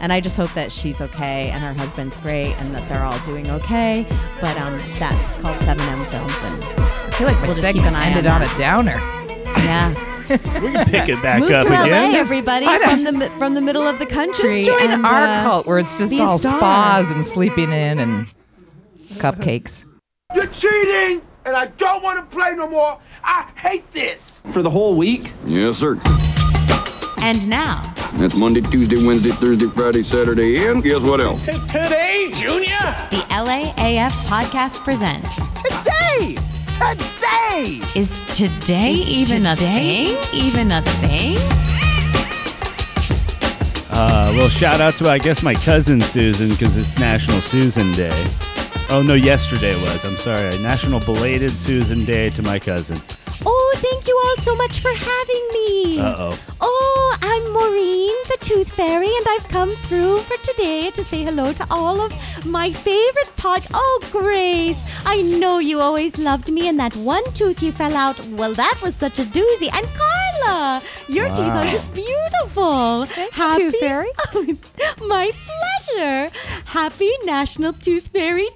C: And I just hope that she's okay and her husband's great and that they're all doing okay. But um, that's called 7M Films. And I
B: feel like my segment ended on a downer.
C: Yeah.
A: We can pick it back
C: Move
A: up
C: to LA,
A: again.
C: everybody,
B: I know.
C: from the mi- from the middle of the
B: Just
C: country.
B: join
C: and,
B: our
C: uh,
B: cult where it's just
C: be a
B: all
C: star.
B: spas and sleeping in and cupcakes.
S: You're cheating, and I don't want to play no more. I hate this.
T: For the whole week? Yes, sir.
C: And now,
T: That's Monday, Tuesday, Wednesday, Thursday, Friday, Saturday, and guess what else?
S: Today, Junior.
C: the LAAF podcast presents.
S: Today. Today.
C: Is today even a thing? Even a thing?
A: Uh, well, shout out to I guess my cousin Susan because it's National Susan Day. Oh no, yesterday was. I'm sorry. National belated Susan Day to my cousin.
C: Oh, thank you all so much for having me.
A: Uh oh.
C: Oh, I'm Maureen, the Tooth Fairy, and I've come through for today to say hello to all of my favorite pod. Oh, Grace, I know you always loved me, and that one tooth you fell out, well, that was such a doozy. And Carla, your teeth
U: Wow.
C: are just beautiful. Happy Oh,
U: Tooth Fairy.
C: my pleasure. Happy National Tooth Fairy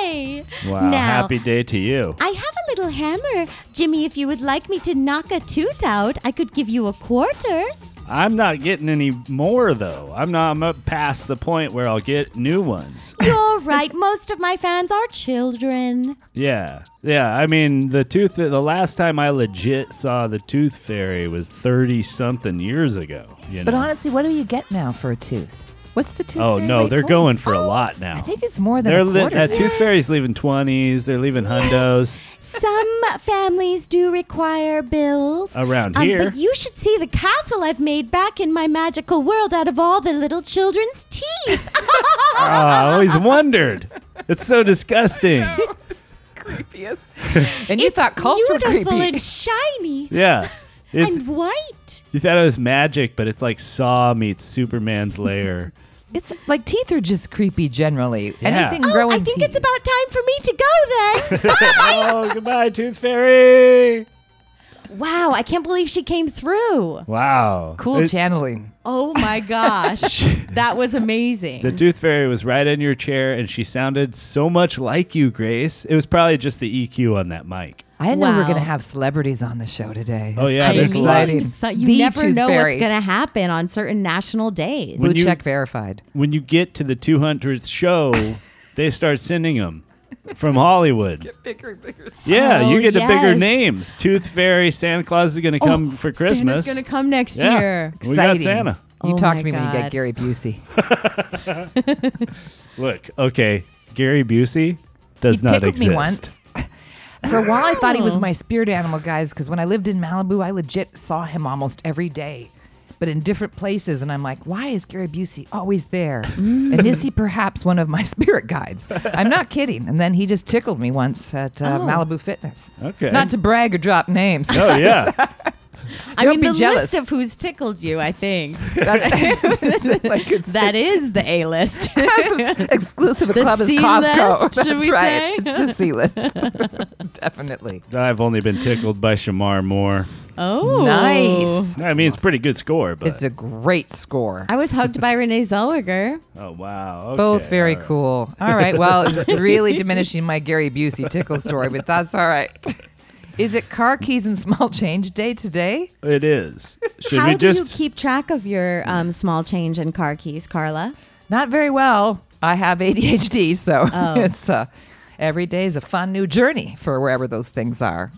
C: Day.
A: Wow.
C: Now,
A: Happy day to you.
C: I have a little hammer. Jimmy, if you would like me to knock a tooth out, I could give you a quarter.
A: I'm not getting any more though. I'm not. I'm up past the point where I'll get new ones.
C: You're right. Most of my fans are children.
A: Yeah, yeah. I mean, the tooth. The last time I legit saw the Tooth Fairy was thirty something years ago. You know.
B: But honestly, what do you get now for a tooth? What's the tooth?
A: oh
B: fairy
A: no,
B: rate
A: they're
B: for?
A: going for a lot now.
B: I think it's more than
A: they're
B: a
A: li-
B: quarter.
A: uh, Tooth Fairy's leaving twenties. They're leaving hundos.
C: Some families do require bills.
A: Around
C: Um,
A: here.
C: But you should see the castle I've made back in my magical world out of all the little children's teeth.
A: oh, I always wondered. It's so disgusting.
B: And you thought cults were
C: Beautiful
B: creepy.
C: and shiny
A: Yeah. It-
C: and white.
A: you thought it was magic, but it's like Saw meets Superman's lair.
B: It's like teeth are just creepy generally.
A: Yeah.
B: Anything
A: Oh,
B: growing.
C: I think it's about time for me to go then.
A: oh, goodbye, Tooth Fairy.
C: Wow, I can't believe she came through.
A: Wow.
C: Cool
A: It-
B: channeling.
C: Oh my gosh. that was amazing.
B: Mm-hmm.
A: The tooth fairy was right in your chair, and she sounded so much like you, Grace. It was probably just the EQ on that mic.
B: I didn't know we were going
C: Wow.
B: to have celebrities on the show today.
A: Oh,
B: It's
A: yeah,
B: pretty
A: there's a lot.
B: exciting.
C: So you
B: The
C: never
B: tooth
C: know
B: fairy.
C: what's going to happen on certain national days.
A: When you-
B: verified.
A: When you get to the 200th show, they start sending them from Hollywood.
B: bigger and bigger.
A: Yeah,
C: Oh,
A: you get the bigger
C: yes.
A: names. Tooth Fairy, Santa Claus is
B: Oh,
A: going to come for Christmas.
C: Santa's gonna come next
A: Yeah,
C: year.
A: We got Santa.
B: You
C: Oh
B: talk to
C: my
B: me when you
C: God.
B: get Gary Busey.
A: Look, okay, Gary Busey does
B: he
A: not
B: tickled
A: exist.
B: me once. For a while, I thought he
C: Oh.
B: was my spirit animal, guys, because when I lived in Malibu, I legit saw him almost every day, but in different places. And I'm like, why is Gary Busey always there?
C: Mm.
B: and is he perhaps one of my spirit guides? I'm not kidding. And then he just tickled me once at uh,
C: Oh.
B: Malibu Fitness.
A: Okay.
B: Not to brag or drop names.
A: Oh yeah.
C: I
B: Don't
C: mean,
B: be
C: the
B: jealous.
C: list of who's tickled you, I think.
B: That's- like it's-
C: That is the A list.
B: exclusive
C: The
B: club
C: C
B: is Costco.
C: list, should
B: That's
C: we
B: right.
C: say?
B: It's the C list. Definitely.
A: I've only been tickled by Shamar Moore.
C: Oh,
B: Nice.
A: I mean, it's a pretty good score, but
B: It's a great score.
C: I was hugged by Renee Zellweger.
A: oh wow,
B: Both
A: okay,
B: very
A: all right.
B: cool. All right. Well, it's really diminishing my Gary Busey tickle story, but that's all right. Is it car keys and small change day today?
A: It is. Should
C: How
A: we
C: do
A: just?
C: you keep track of your um, small change and car keys, Carla?
B: Not very well. I have ADHD, so
C: Oh.
B: it's uh, every day is a fun new journey for wherever those things are.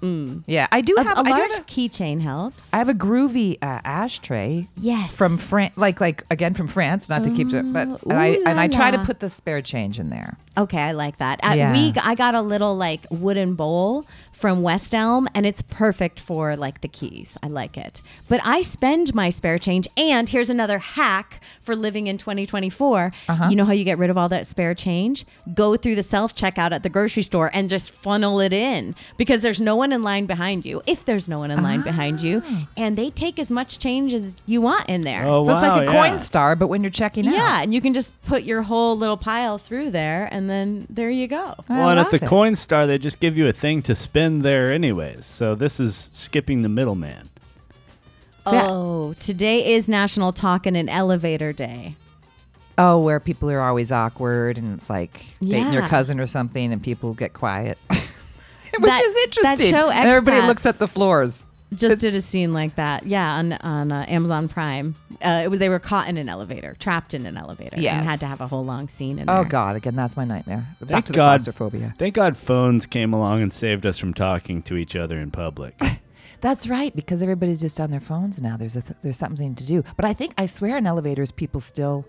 B: Yeah, I do
C: Mm. A-
B: have
C: a
B: I do
C: large
B: have a-
C: keychain helps.
B: I have a groovy uh, ashtray.
C: Yes.
B: From France, like like again from France, not to keep to, but
C: Oh,
B: and I
C: ooh
B: and
C: la
B: I try to
C: la.
B: put the spare change in there.
C: Okay, I like that. Uh,
B: Yeah.
C: We I got a little like wooden bowl from West Elm, and it's perfect for like the keys. I like it. But I spend my spare change. And here's another hack for living in 2024. You know how you get rid of all that spare change? Go through the self checkout at the grocery store and just funnel it in because there's no one in line behind you. If there's no one in line behind you, and they take as much change as you want in there.
A: Oh,
B: so it's like
A: wow,
B: a
A: yeah.
B: coin star, but when you're checking out,
C: Yeah, and you can just put your whole little pile through there, and then there you go.
A: Well, and at the
B: it.
A: Coin Star, they just give you a thing to spend there, anyways. So this is skipping the middleman.
B: Yeah.
C: Oh, today is National Talk in an Elevator Day.
B: Oh, where people are always awkward and it's like dating your
C: Yeah.
B: cousin or something and people get quiet. Which
C: That-
B: is
C: that
B: interesting.
C: show,
B: And Everybody
C: Expats,
B: looks at the floors.
C: Just did a scene like that. Yeah, on on uh, Amazon Prime. Uh, it was they were caught in an elevator, trapped in an elevator,
B: Yes.
C: and had to have a whole long scene. In
B: Oh
C: there.
B: God, again, that's my nightmare. Back
A: Thank
B: to the
A: God.
B: claustrophobia.
A: Thank God phones came along and saved us from talking to each other in public.
B: That's right, because everybody's just on their phones now. There's a th- there's something to do. But I think I swear in elevators people still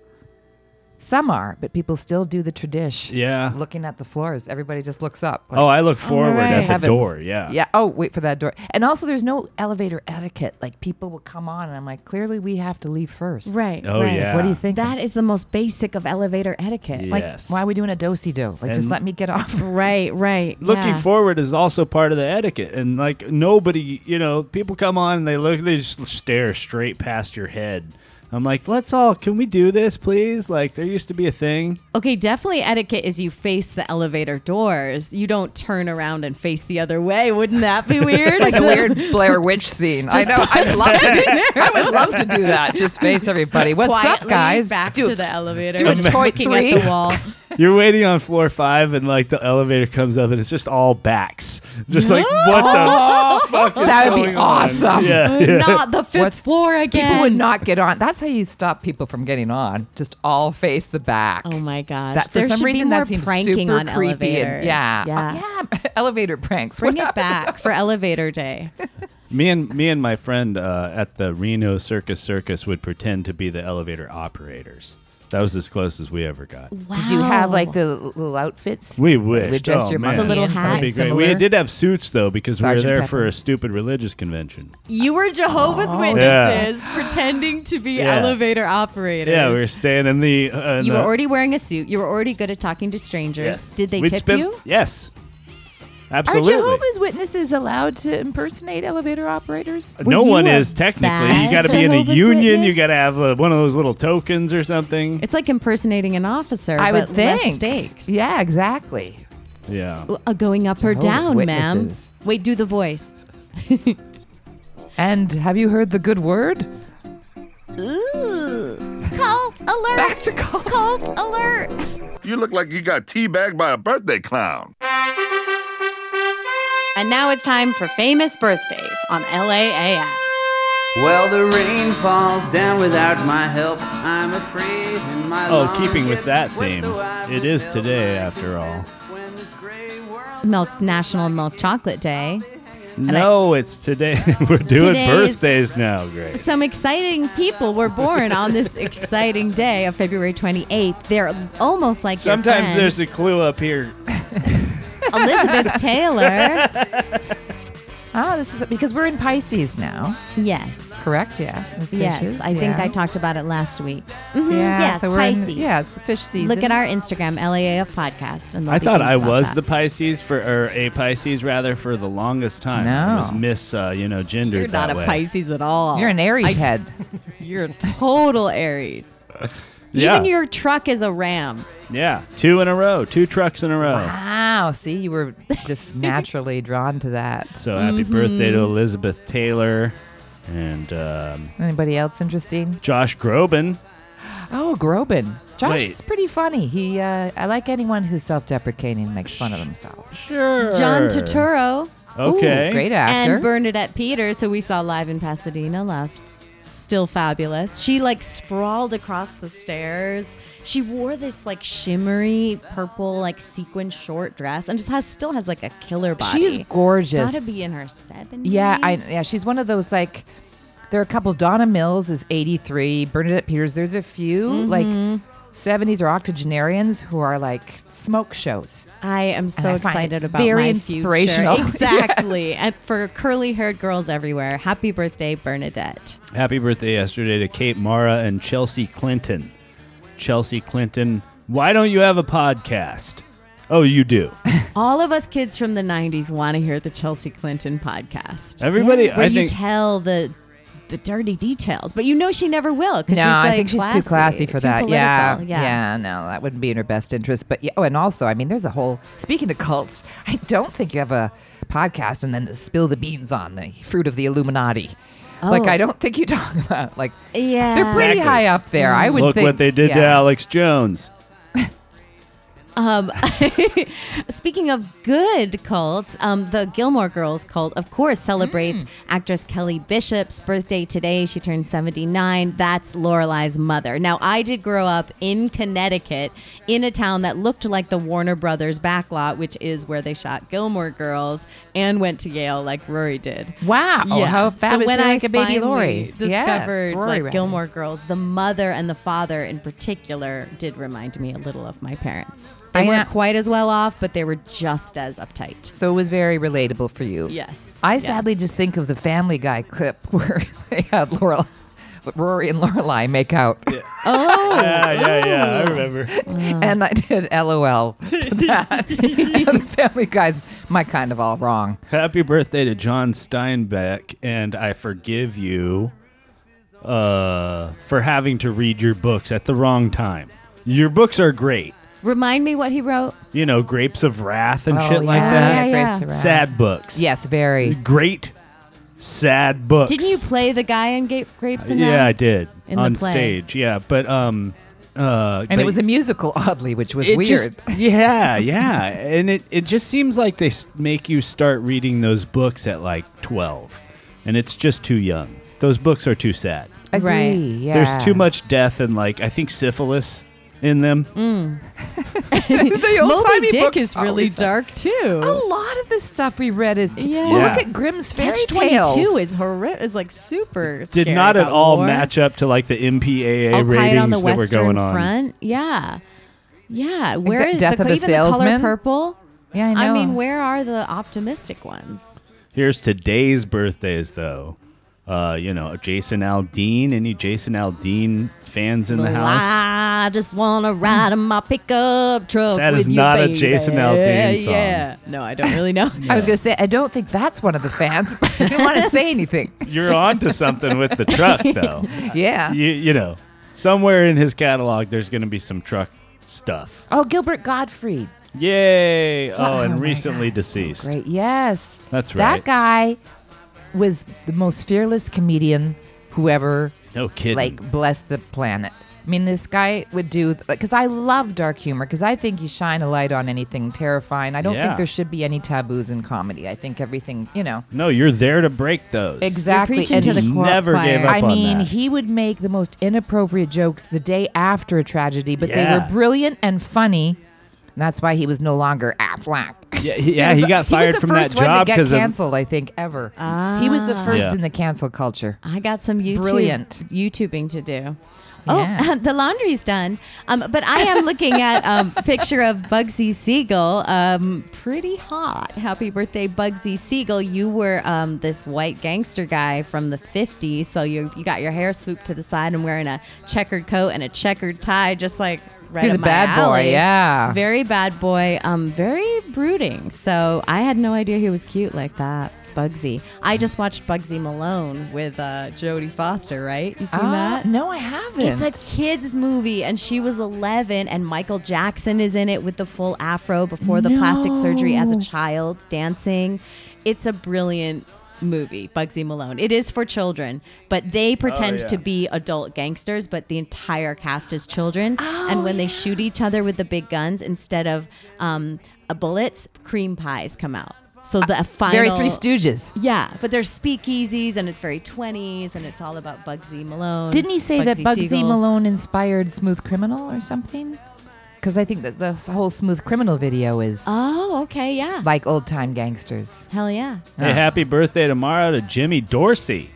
B: some are, but people still do the tradish.
A: Yeah.
B: Looking at the floors. Everybody just looks up.
A: oh, I look forward
B: Right.
A: at the
B: Heavens.
A: door. Yeah.
B: Yeah. Oh, wait for that door. And also, there's no elevator etiquette. Like people will come on, and I'm like, clearly we have to leave first.
C: Right.
A: Oh,
C: right.
A: yeah.
B: What do you think?
C: That is the most basic of elevator etiquette.
B: like,
A: yes.
B: why are we doing a dosey do? Like, just
A: And-
B: let me get off.
C: Right. Right.
A: Looking
C: yeah.
A: forward is also part of the etiquette, and like nobody, you know, people come on and they look, they just stare straight past your head. I'm like, let's all, can we do this, please? Like, there used to be a thing.
C: Okay, definitely etiquette is you face the elevator doors. You don't turn around and face the other way. Wouldn't that be weird?
B: Like a weird Blair Witch scene. I know. I'd love to do, I would love to do that. Just face everybody. What's up,
C: Quietly
B: guys?
C: Back
B: do,
C: to the elevator.
B: do a
C: just
B: Detroit
C: looking
B: three.
C: at the wall.
A: You're waiting on floor five, and like the elevator comes up, and it's just all backs. Just like, what
B: Oh,
A: the fuck is
B: that would be
A: going on?
B: awesome.
A: Yeah. yeah.
C: Not the fifth
B: What's-
C: floor again.
B: People would not get on. That's how you stop people from getting on. Just all face the back.
C: Oh my gosh!
B: That, for
C: There
B: some
C: should be
B: reason,
C: more
B: that seems
C: pranking
B: super
C: on
B: creepy.
C: elevators.
B: And, yeah,
C: yeah.
B: Oh, yeah. Elevator pranks.
C: Bring
B: What
C: it back for elevator day.
A: Me and me and my friend uh, at the Reno Circus Circus would pretend to be the elevator operators. That was as close as we ever got.
C: Wow.
B: Did you have like the l- little outfits?
A: We
B: would
A: wished.
B: dress
A: oh,
B: your
A: man.
B: monkey
C: The little
B: in something
A: That'd be
C: hats.
A: great.
B: similar?
A: We did have suits though because we
B: Sergeant
A: were there for
B: Pepper.
A: a stupid religious convention.
C: You were Jehovah's Witnesses pretending to be
A: Yeah.
C: elevator operators.
A: Yeah, we were staying in the. Uh, in
C: You
A: the-
C: were already wearing a suit. You were already good at talking to strangers.
A: Yes.
C: Did they
A: We'd
C: tip
A: spend-
C: you?
A: Yes.
B: Are
A: Absolutely.
B: Jehovah's Witnesses allowed to impersonate elevator operators?
A: no
C: you
A: one
C: a
A: is technically. You
C: bad
A: got to be in a
C: Jehovah's
A: union. You
C: Witness?
A: got to have uh, one of those little tokens or something.
C: It's like impersonating an officer.
B: I would
C: but
B: think.
C: less stakes.
B: Yeah, exactly.
A: yeah.
C: Uh, going up or
B: Jehovah's
C: down, ma'am.
B: Witnesses.
C: Wait, do the voice.
B: And have you heard the good word?
C: Ooh. Cult alert.
B: Back to calls.
C: Cult alert.
U: You look like you got teabagged by a birthday clown.
C: And now it's time for famous birthdays on LAAF.
V: Well, the rain falls down without my help. I'm afraid in my
A: Oh,
V: lawn
A: keeping with that
V: gets wet,
A: theme,
V: though I
A: it is today after all.
V: when
C: Milk National Milk Chocolate Day.
A: No, it's today. We're doing
C: Today is-
A: birthdays now, Grace.
C: Some exciting people were born on this exciting day of February 28th. They're almost like your
A: Sometimes
C: friend,
A: there's a clue up here.
C: Elizabeth Taylor.
B: Ah, this is because we're in Pisces now.
C: Yes.
B: Correct, yeah. with
C: Yes,
B: fishes,
C: I think
B: yeah.
C: I talked about it last week. Mhm,
B: Yeah,
C: yes,
B: so we're in-
C: Pisces.
B: yeah, it's the fish season.
C: Look at our Instagram, LAAF podcast. And there'll
A: I
C: be
A: thought
C: things
A: I
C: about
A: was
C: that.
A: the Pisces for, or a Pisces rather, for the longest time. I
C: No.
A: was miss, uh, you know, gendered.
C: You're not
A: that
C: a
A: way.
C: Pisces at all.
A: You're an
B: Aries head.
C: You're a total Aries.
A: Yeah.
C: Even your truck is a ram.
A: yeah. Two in a row. Two trucks in a row.
B: Wow, see, you were just naturally drawn to that.
A: So happy
B: Mhm.
A: birthday
C: Mm-hmm.
A: to Elizabeth Taylor and um,
B: Anybody else interesting?
A: Josh Groban.
B: Oh, Groban. Josh
A: Wait.
B: is pretty funny. He, uh, I like anyone who's self-deprecating and makes fun of themselves.
A: Sure.
C: John Turturro.
B: Okay. Ooh, great actor.
C: And Bernadette Peters, who we saw live in Pasadena last. Still fabulous. She like sprawled across the stairs. She wore this like shimmery purple like sequin short dress and just has still has like a killer body.
B: She's gorgeous.
C: Gotta be in her seventies.
B: Yeah, I yeah, she's one of those like there are a couple Donna Mills is 83, Bernadette Peters, there's a few
C: Mhm.
B: like 70s or octogenarians who are like smoke shows.
C: I am so
B: And I find it
C: excited about
B: very
C: my
B: inspirational.
C: future. Exactly. And for curly-haired girls everywhere, happy birthday, Bernadette.
A: Happy birthday yesterday to Kate Mara and Chelsea Clinton. Chelsea Clinton, why don't you have a podcast? Oh, you do.
C: All of us kids from the '90s want to hear the Chelsea Clinton podcast.
A: Everybody-
C: where
A: I
C: you
A: think-
C: tell the the dirty details, but you know she never will.
B: no,
C: 'cause she's like
B: I think she's
C: classy,
B: too classy for
C: too
B: that. Yeah,
C: political.
B: yeah, No, that wouldn't be in her best interest. But yeah. Oh, and also, I mean, there's a whole. Speaking of cults, I don't think you have a podcast and then spill the beans on the fruit of the Illuminati. Like
C: Oh.
B: I don't think you talk about like.
C: Yeah.
B: They're pretty
A: Exactly. Mm.
B: high up there. I would
A: Look
B: think,
A: what they did to
B: yeah.
A: Alex Jones.
C: Um, speaking of good cults, um, the Gilmore Girls cult, of course, celebrates
B: Hmm.
C: actress Kelly Bishop's birthday today. She turned 79. That's Lorelai's mother. Now, I did grow up in Connecticut in a town that looked like the Warner Brothers backlot, which is where they shot Gilmore Girls and went to Yale like Rory did.
B: Wow. How
C: So
B: fabulous.
C: when
B: You're
C: I
B: like a baby Lori.
C: finally
B: Yes,
C: discovered
B: Rory
C: like
B: Rabbit.
C: Gilmore Girls, the mother and the father in particular did remind me a little of my parents. They
B: I
C: weren't
B: know.
C: quite as well off, but they were just as uptight.
B: So it was very relatable for you.
C: Yes.
B: I
C: Yeah.
B: sadly just think of the Family Guy clip where they had Laurel, Rory and Lorelai make out.
C: Oh.
A: Yeah, yeah, yeah. I remember.
B: and I did LOL to that. the Family Guy's my kind of all wrong.
A: Happy birthday to John Steinbeck, and I forgive you uh, for having to read your books at the wrong time. Your books are great.
C: Remind me what he wrote.
A: You know, Grapes of Wrath and
B: Oh,
A: shit like
B: yeah,
A: that.
B: yeah, Yeah, Grapes of Wrath.
A: Sad books.
B: Yes, very.
A: Great, sad books.
C: Didn't you play the guy in Ga- Grapes and
A: Yeah, I did
C: In the
A: on
C: play.
A: stage. Yeah, but um, uh,
B: And
A: but
B: it was a musical, oddly, which was
A: it
B: weird.
A: just- yeah, yeah, and it it just seems like they s- make you start reading those books at like twelve, and it's just too young. Those books are too sad.
B: Agree,
C: Right.
B: Yeah.
A: There's too much death and like I think syphilis in them.
C: Mm.
B: the
C: Moby
B: old-timey
C: Dick
B: books
C: is really
B: always-
C: dark too.
B: A lot of the stuff we read is
C: Yeah.
B: Well, look
A: Yeah.
B: at Grimm's Fairy
C: Fairy
B: Tales.
C: Twenty-two is horrific. Is like super.
A: Did
C: scary
A: not at
C: about
A: all
C: war.
A: match up to like the MPAA
C: All
A: ratings
C: Quiet on the
A: that were
C: Western
A: going on.
C: Front. Yeah, yeah. Where
B: that
C: is
B: Death
C: the,
B: of the
C: even
B: Salesman?
C: The color purple.
B: Yeah, I
C: I
B: know.
C: mean, where are the optimistic ones?
A: Here's today's birthdays though. Uh, you know, Jason Aldean. Any Jason Aldean fans in the
C: Well,
A: house?
C: I just wanna ride in my pickup truck.
A: That is
C: with you,
A: not a
C: baby.
A: Jason Aldean song.
C: Yeah, no, I don't really know.
B: I was going to say, I don't think that's one of the fans, but I didn't want to say anything.
A: You're onto something with the truck, though.
B: Yeah.
A: You, you know, somewhere in his catalog, there's going to be some truck stuff.
B: Oh, Gilbert Gottfried.
A: Yay! Oh,
B: Oh
A: and
B: my
A: recently deceased.
B: Great. Yes.
A: That's right.
B: That guy was the most fearless comedian who ever
A: No kidding.
B: like blessed the planet. I mean, this guy would do because I love dark humor because I think you shine a light on anything terrifying. I don't
A: Yeah.
B: think there should be any taboos in comedy. I think everything, you know,
A: no, you're there to break those.
B: Exactly.
C: preaching to the
A: He
C: choir.
A: never gave up
B: I
A: on
B: mean,
A: that.
B: he would make the most inappropriate jokes the day after a tragedy, but they
A: Yeah.
B: were brilliant and funny. And that's why he was no longer Affleck.
A: Yeah, he- yeah, he got fired from that job
B: because
A: 'cause of-
B: canceled. I think ever. he was the
C: Ah.
B: first
A: Yeah.
B: in the cancel culture.
C: I got some YouTube
B: Brilliant.
C: YouTubing to do.
B: Yeah.
C: Oh, the laundry's done. Um, but I am looking at um, a picture of Bugsy Siegel. Um, pretty hot. Happy birthday, Bugsy Siegel. You were um, this white gangster guy from the 50s. So you, you got your hair swooped to the side and wearing a checkered coat and a checkered tie, just like right
B: He's
C: up
B: a
C: my
B: bad boy,
C: alley.
B: yeah.
C: Very bad boy. Um, very brooding. So I had no idea he was cute like that. Bugsy. I just watched Bugsy Malone with uh, Jodie Foster, right? You seen
B: Ah,
C: that?
B: No, I haven't.
C: It's a kids movie, and she was 11, and Michael Jackson is in it with the full afro before the plastic surgery as a
B: No.
C: child, dancing. It's a brilliant movie, Bugsy Malone. It is for children, but they pretend
B: yeah.
C: to be adult gangsters, but the entire cast is children. and when
B: Oh,
C: they shoot each other with the big guns instead of um, uh, bullets, cream pies come out. So the final
B: Uh, Very Three Stooges.
C: Yeah, but there's speakeasies and it's very 20s and it's all about Bugsy Malone.
B: Didn't he say that Bugsy
C: Siegel.
B: Malone inspired Smooth Criminal or something? Because I think that the whole Smooth Criminal video is
C: Oh, okay, yeah.
B: like old time gangsters.
C: Hell yeah.
A: Hey, happy birthday tomorrow to Jimmy Dorsey.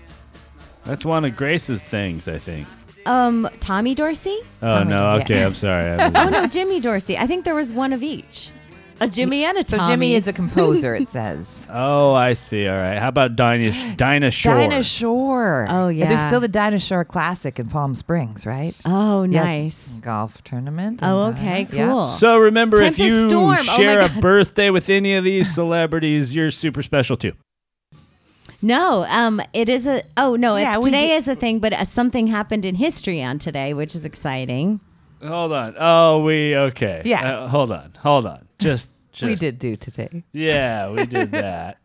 A: That's one of Grace's things, I think.
C: Um, Tommy Dorsey?
A: Oh, no. Okay, I'm sorry. I was-
C: oh no, Jimmy Dorsey. I think there was one of each. A Jimmy and a
B: So
C: Tommy.
B: Jimmy is a composer, it says.
A: oh, I see. All right. How about Dinah, Dinah Shore?
B: Dinah Shore. Oh There's
C: yeah.
B: still the Dinah Shore Classic in Palm Springs, right?
C: Oh,
B: Yes.
C: nice.
B: Golf tournament.
C: Oh,
B: in
C: okay,
B: Dinah. Yeah.
C: cool.
A: So remember, if
C: Tempest
A: you
C: Storm. Oh, my
A: share a
C: God.
A: birthday with any of these celebrities, you're super special too.
C: No, um, it is a. Oh no,
B: Yeah,
C: it,
B: we
C: today
B: did-
C: is a thing, but uh, something happened in history on today, which is exciting.
A: Hold on. Oh, we okay.
C: Yeah.
A: Uh, hold on. Hold on. Just, just
B: We did do today.
A: Yeah, we did that.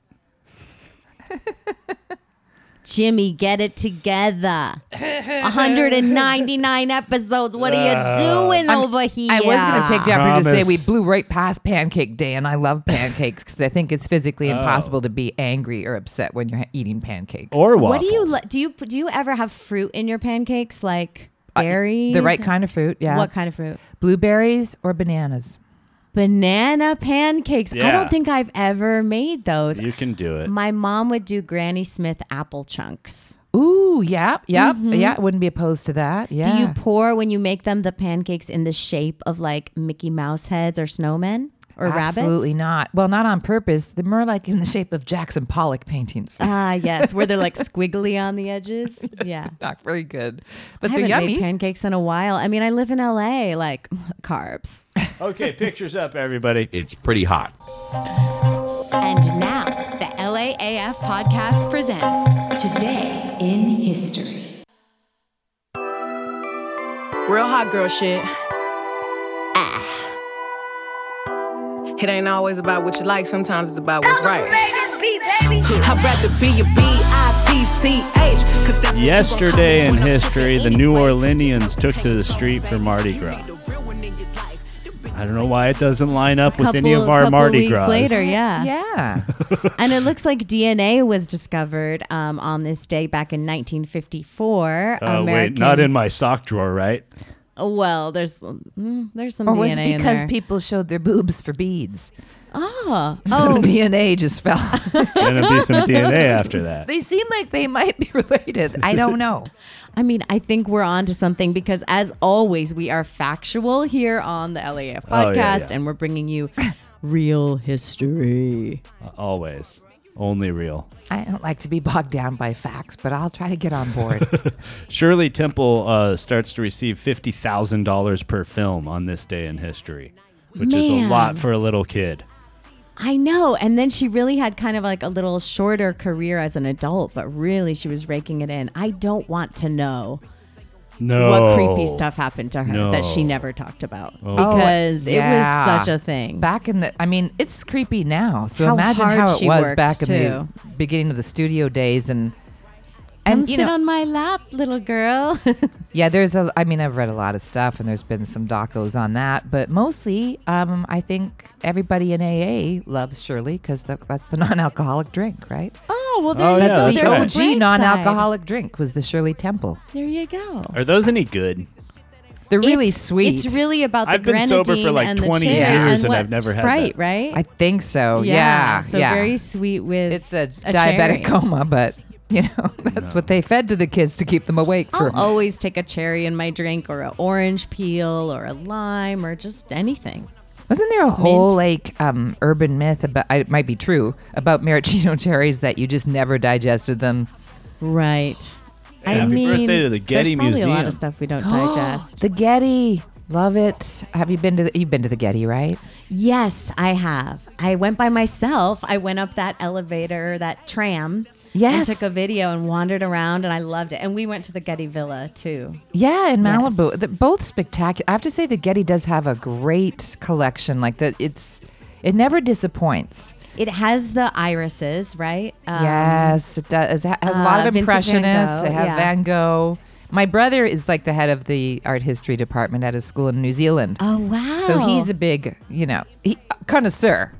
C: Jimmy, get it together. 199 episodes. What are you
B: Uh,
C: doing
B: I'm-
C: over here?
B: I was going to take the opportunity to say
A: Promise.
B: we blew right past Pancake Day, and I love pancakes because I think it's physically
C: Oh.
B: impossible to be angry or upset when you're ha- eating pancakes.
A: Or
C: What do you li- do? You do you ever have fruit in your pancakes, like berries?
B: The right kind of fruit, yeah.
C: What kind of fruit?
B: Blueberries or bananas?
C: Banana pancakes. I
A: Yeah.
C: don't think I've ever made those.
A: You can do it.
C: My mom would do Granny Smith apple chunks.
B: Ooh, yeah, yeah,
C: Mhm.
B: yeah. Wouldn't be opposed to that. Yeah.
C: Do you pour when you make them the pancakes in the shape of like Mickey Mouse heads or snowmen or rabbits?
B: Absolutely not. Well, not on purpose. They're more like in the shape of Jackson Pollock paintings.
C: Ah, yes, where they're like squiggly on the edges. Yeah.
B: Not very good,
C: I
B: but they're
C: haven't
B: yummy.
C: made pancakes in a while. I mean, I live in LA, like carbs.
A: Okay, pictures up, everybody.
G: It's pretty hot.
C: And now, the LAAF podcast presents Today in History.
H: Real hot girl shit. Ah. It ain't always about what you like, sometimes it's about what's right. I'd rather be a B I T C H, cause that's
A: Yesterday in history, the New Orleanians took to the street for Mardi Gras. I don't know why it doesn't line up with any of our
C: couple
A: Mardi
C: weeks
A: Gras.
C: later, yeah,
B: yeah.
C: and it looks like DNA was discovered um, on this day back in 1954.
A: Uh, wait, not in my sock drawer, right?
C: Well, there's mm, there's some
B: or
C: DNA
B: was it
C: in
B: because
C: there.
B: people showed their boobs for beads?
C: Oh,
B: Some
C: oh,
B: DNA just fell.
A: Gonna be some DNA after that.
B: They seem like they might be related. I don't know.
C: I mean, I think we're on to something because, as always, we are factual here on the LAF podcast,
A: Oh, yeah, yeah.
C: and we're bringing you real history.
A: Uh, Always, only real.
B: I don't like to be bogged down by facts, but I'll try to get on board.
A: Shirley Temple uh, starts to receive fifty thousand dollars per film on this day in history, which is a
C: Man.
A: lot for a little kid.
C: I know. And then she really had kind of like a little shorter career as an adult, but really she was raking it in. I don't want to know
A: No,
C: what creepy stuff happened to her that she
A: No.
C: never talked about
A: Oh.
C: because it
B: yeah.
C: was such a thing.
B: Back in the, I mean, it's creepy now. So
C: How
B: imagine
C: hard
B: how it
C: she
B: was
C: worked,
B: back in
C: too.
B: the beginning of the studio days, and
C: Come
B: and um, you
C: sit
B: know,
C: on my lap, little girl.
B: yeah, there's a. I mean, I've read a lot of stuff, and there's been some docos on that, but mostly, um, I think everybody in AA loves Shirley because that's the non-alcoholic drink, right?
C: oh, well, there
A: Oh,
C: you
A: yeah,
C: go.
A: that's
B: the
A: right.
B: OG
C: There's a bright side.
B: non-alcoholic drink was the Shirley Temple.
C: There you go.
A: Are those any good?
B: They're really
C: It's-
B: sweet.
C: It's really about the
B: I've been sober for
C: grenadine
B: like
C: and the
B: 20
C: cherry
B: years
C: and,
B: and
C: what-
B: I've never had
C: Sprite,
B: that.
C: right?
B: I think so. Yeah. Yeah.
C: So very sweet with it's a,
B: diabetic
C: cherry.
B: coma, but you know that's what they fed to the kids to keep them awake for.
C: I'll always take a cherry in my drink or an orange peel or a lime or just anything.
B: Wasn't there a whole like um, urban myth about? I- It might be true about maraschino cherries that you just never digested them.
C: Right. I
A: Happy
C: mean,
A: birthday to the Getty
C: there's probably a lot
A: Museum.
C: of stuff we don't digest.
B: the Getty, love it. Have you been to? The, you've been to the Getty, right?
C: Yes, I have. I went by myself. I went up that elevator, that tram.
B: Yes.
C: And took a video and wandered around, and I loved it. And we went to the Getty Villa too.
B: Yeah, in
C: Yes.
B: Malibu, The- both spectacular. I have to say, the Getty does have a great collection. Like that, it's it never disappoints.
C: It has the irises, right? Um,
B: yes, it does. It has a lot
C: uh,
B: of
C: Vincent van
B: impressionists. They
C: Gogh,
B: have
C: yeah.
B: Van Gogh. My brother is like the head of the art history department at a school in New Zealand.
C: Oh wow!
B: So he's a big, you know, he, uh, connoisseur.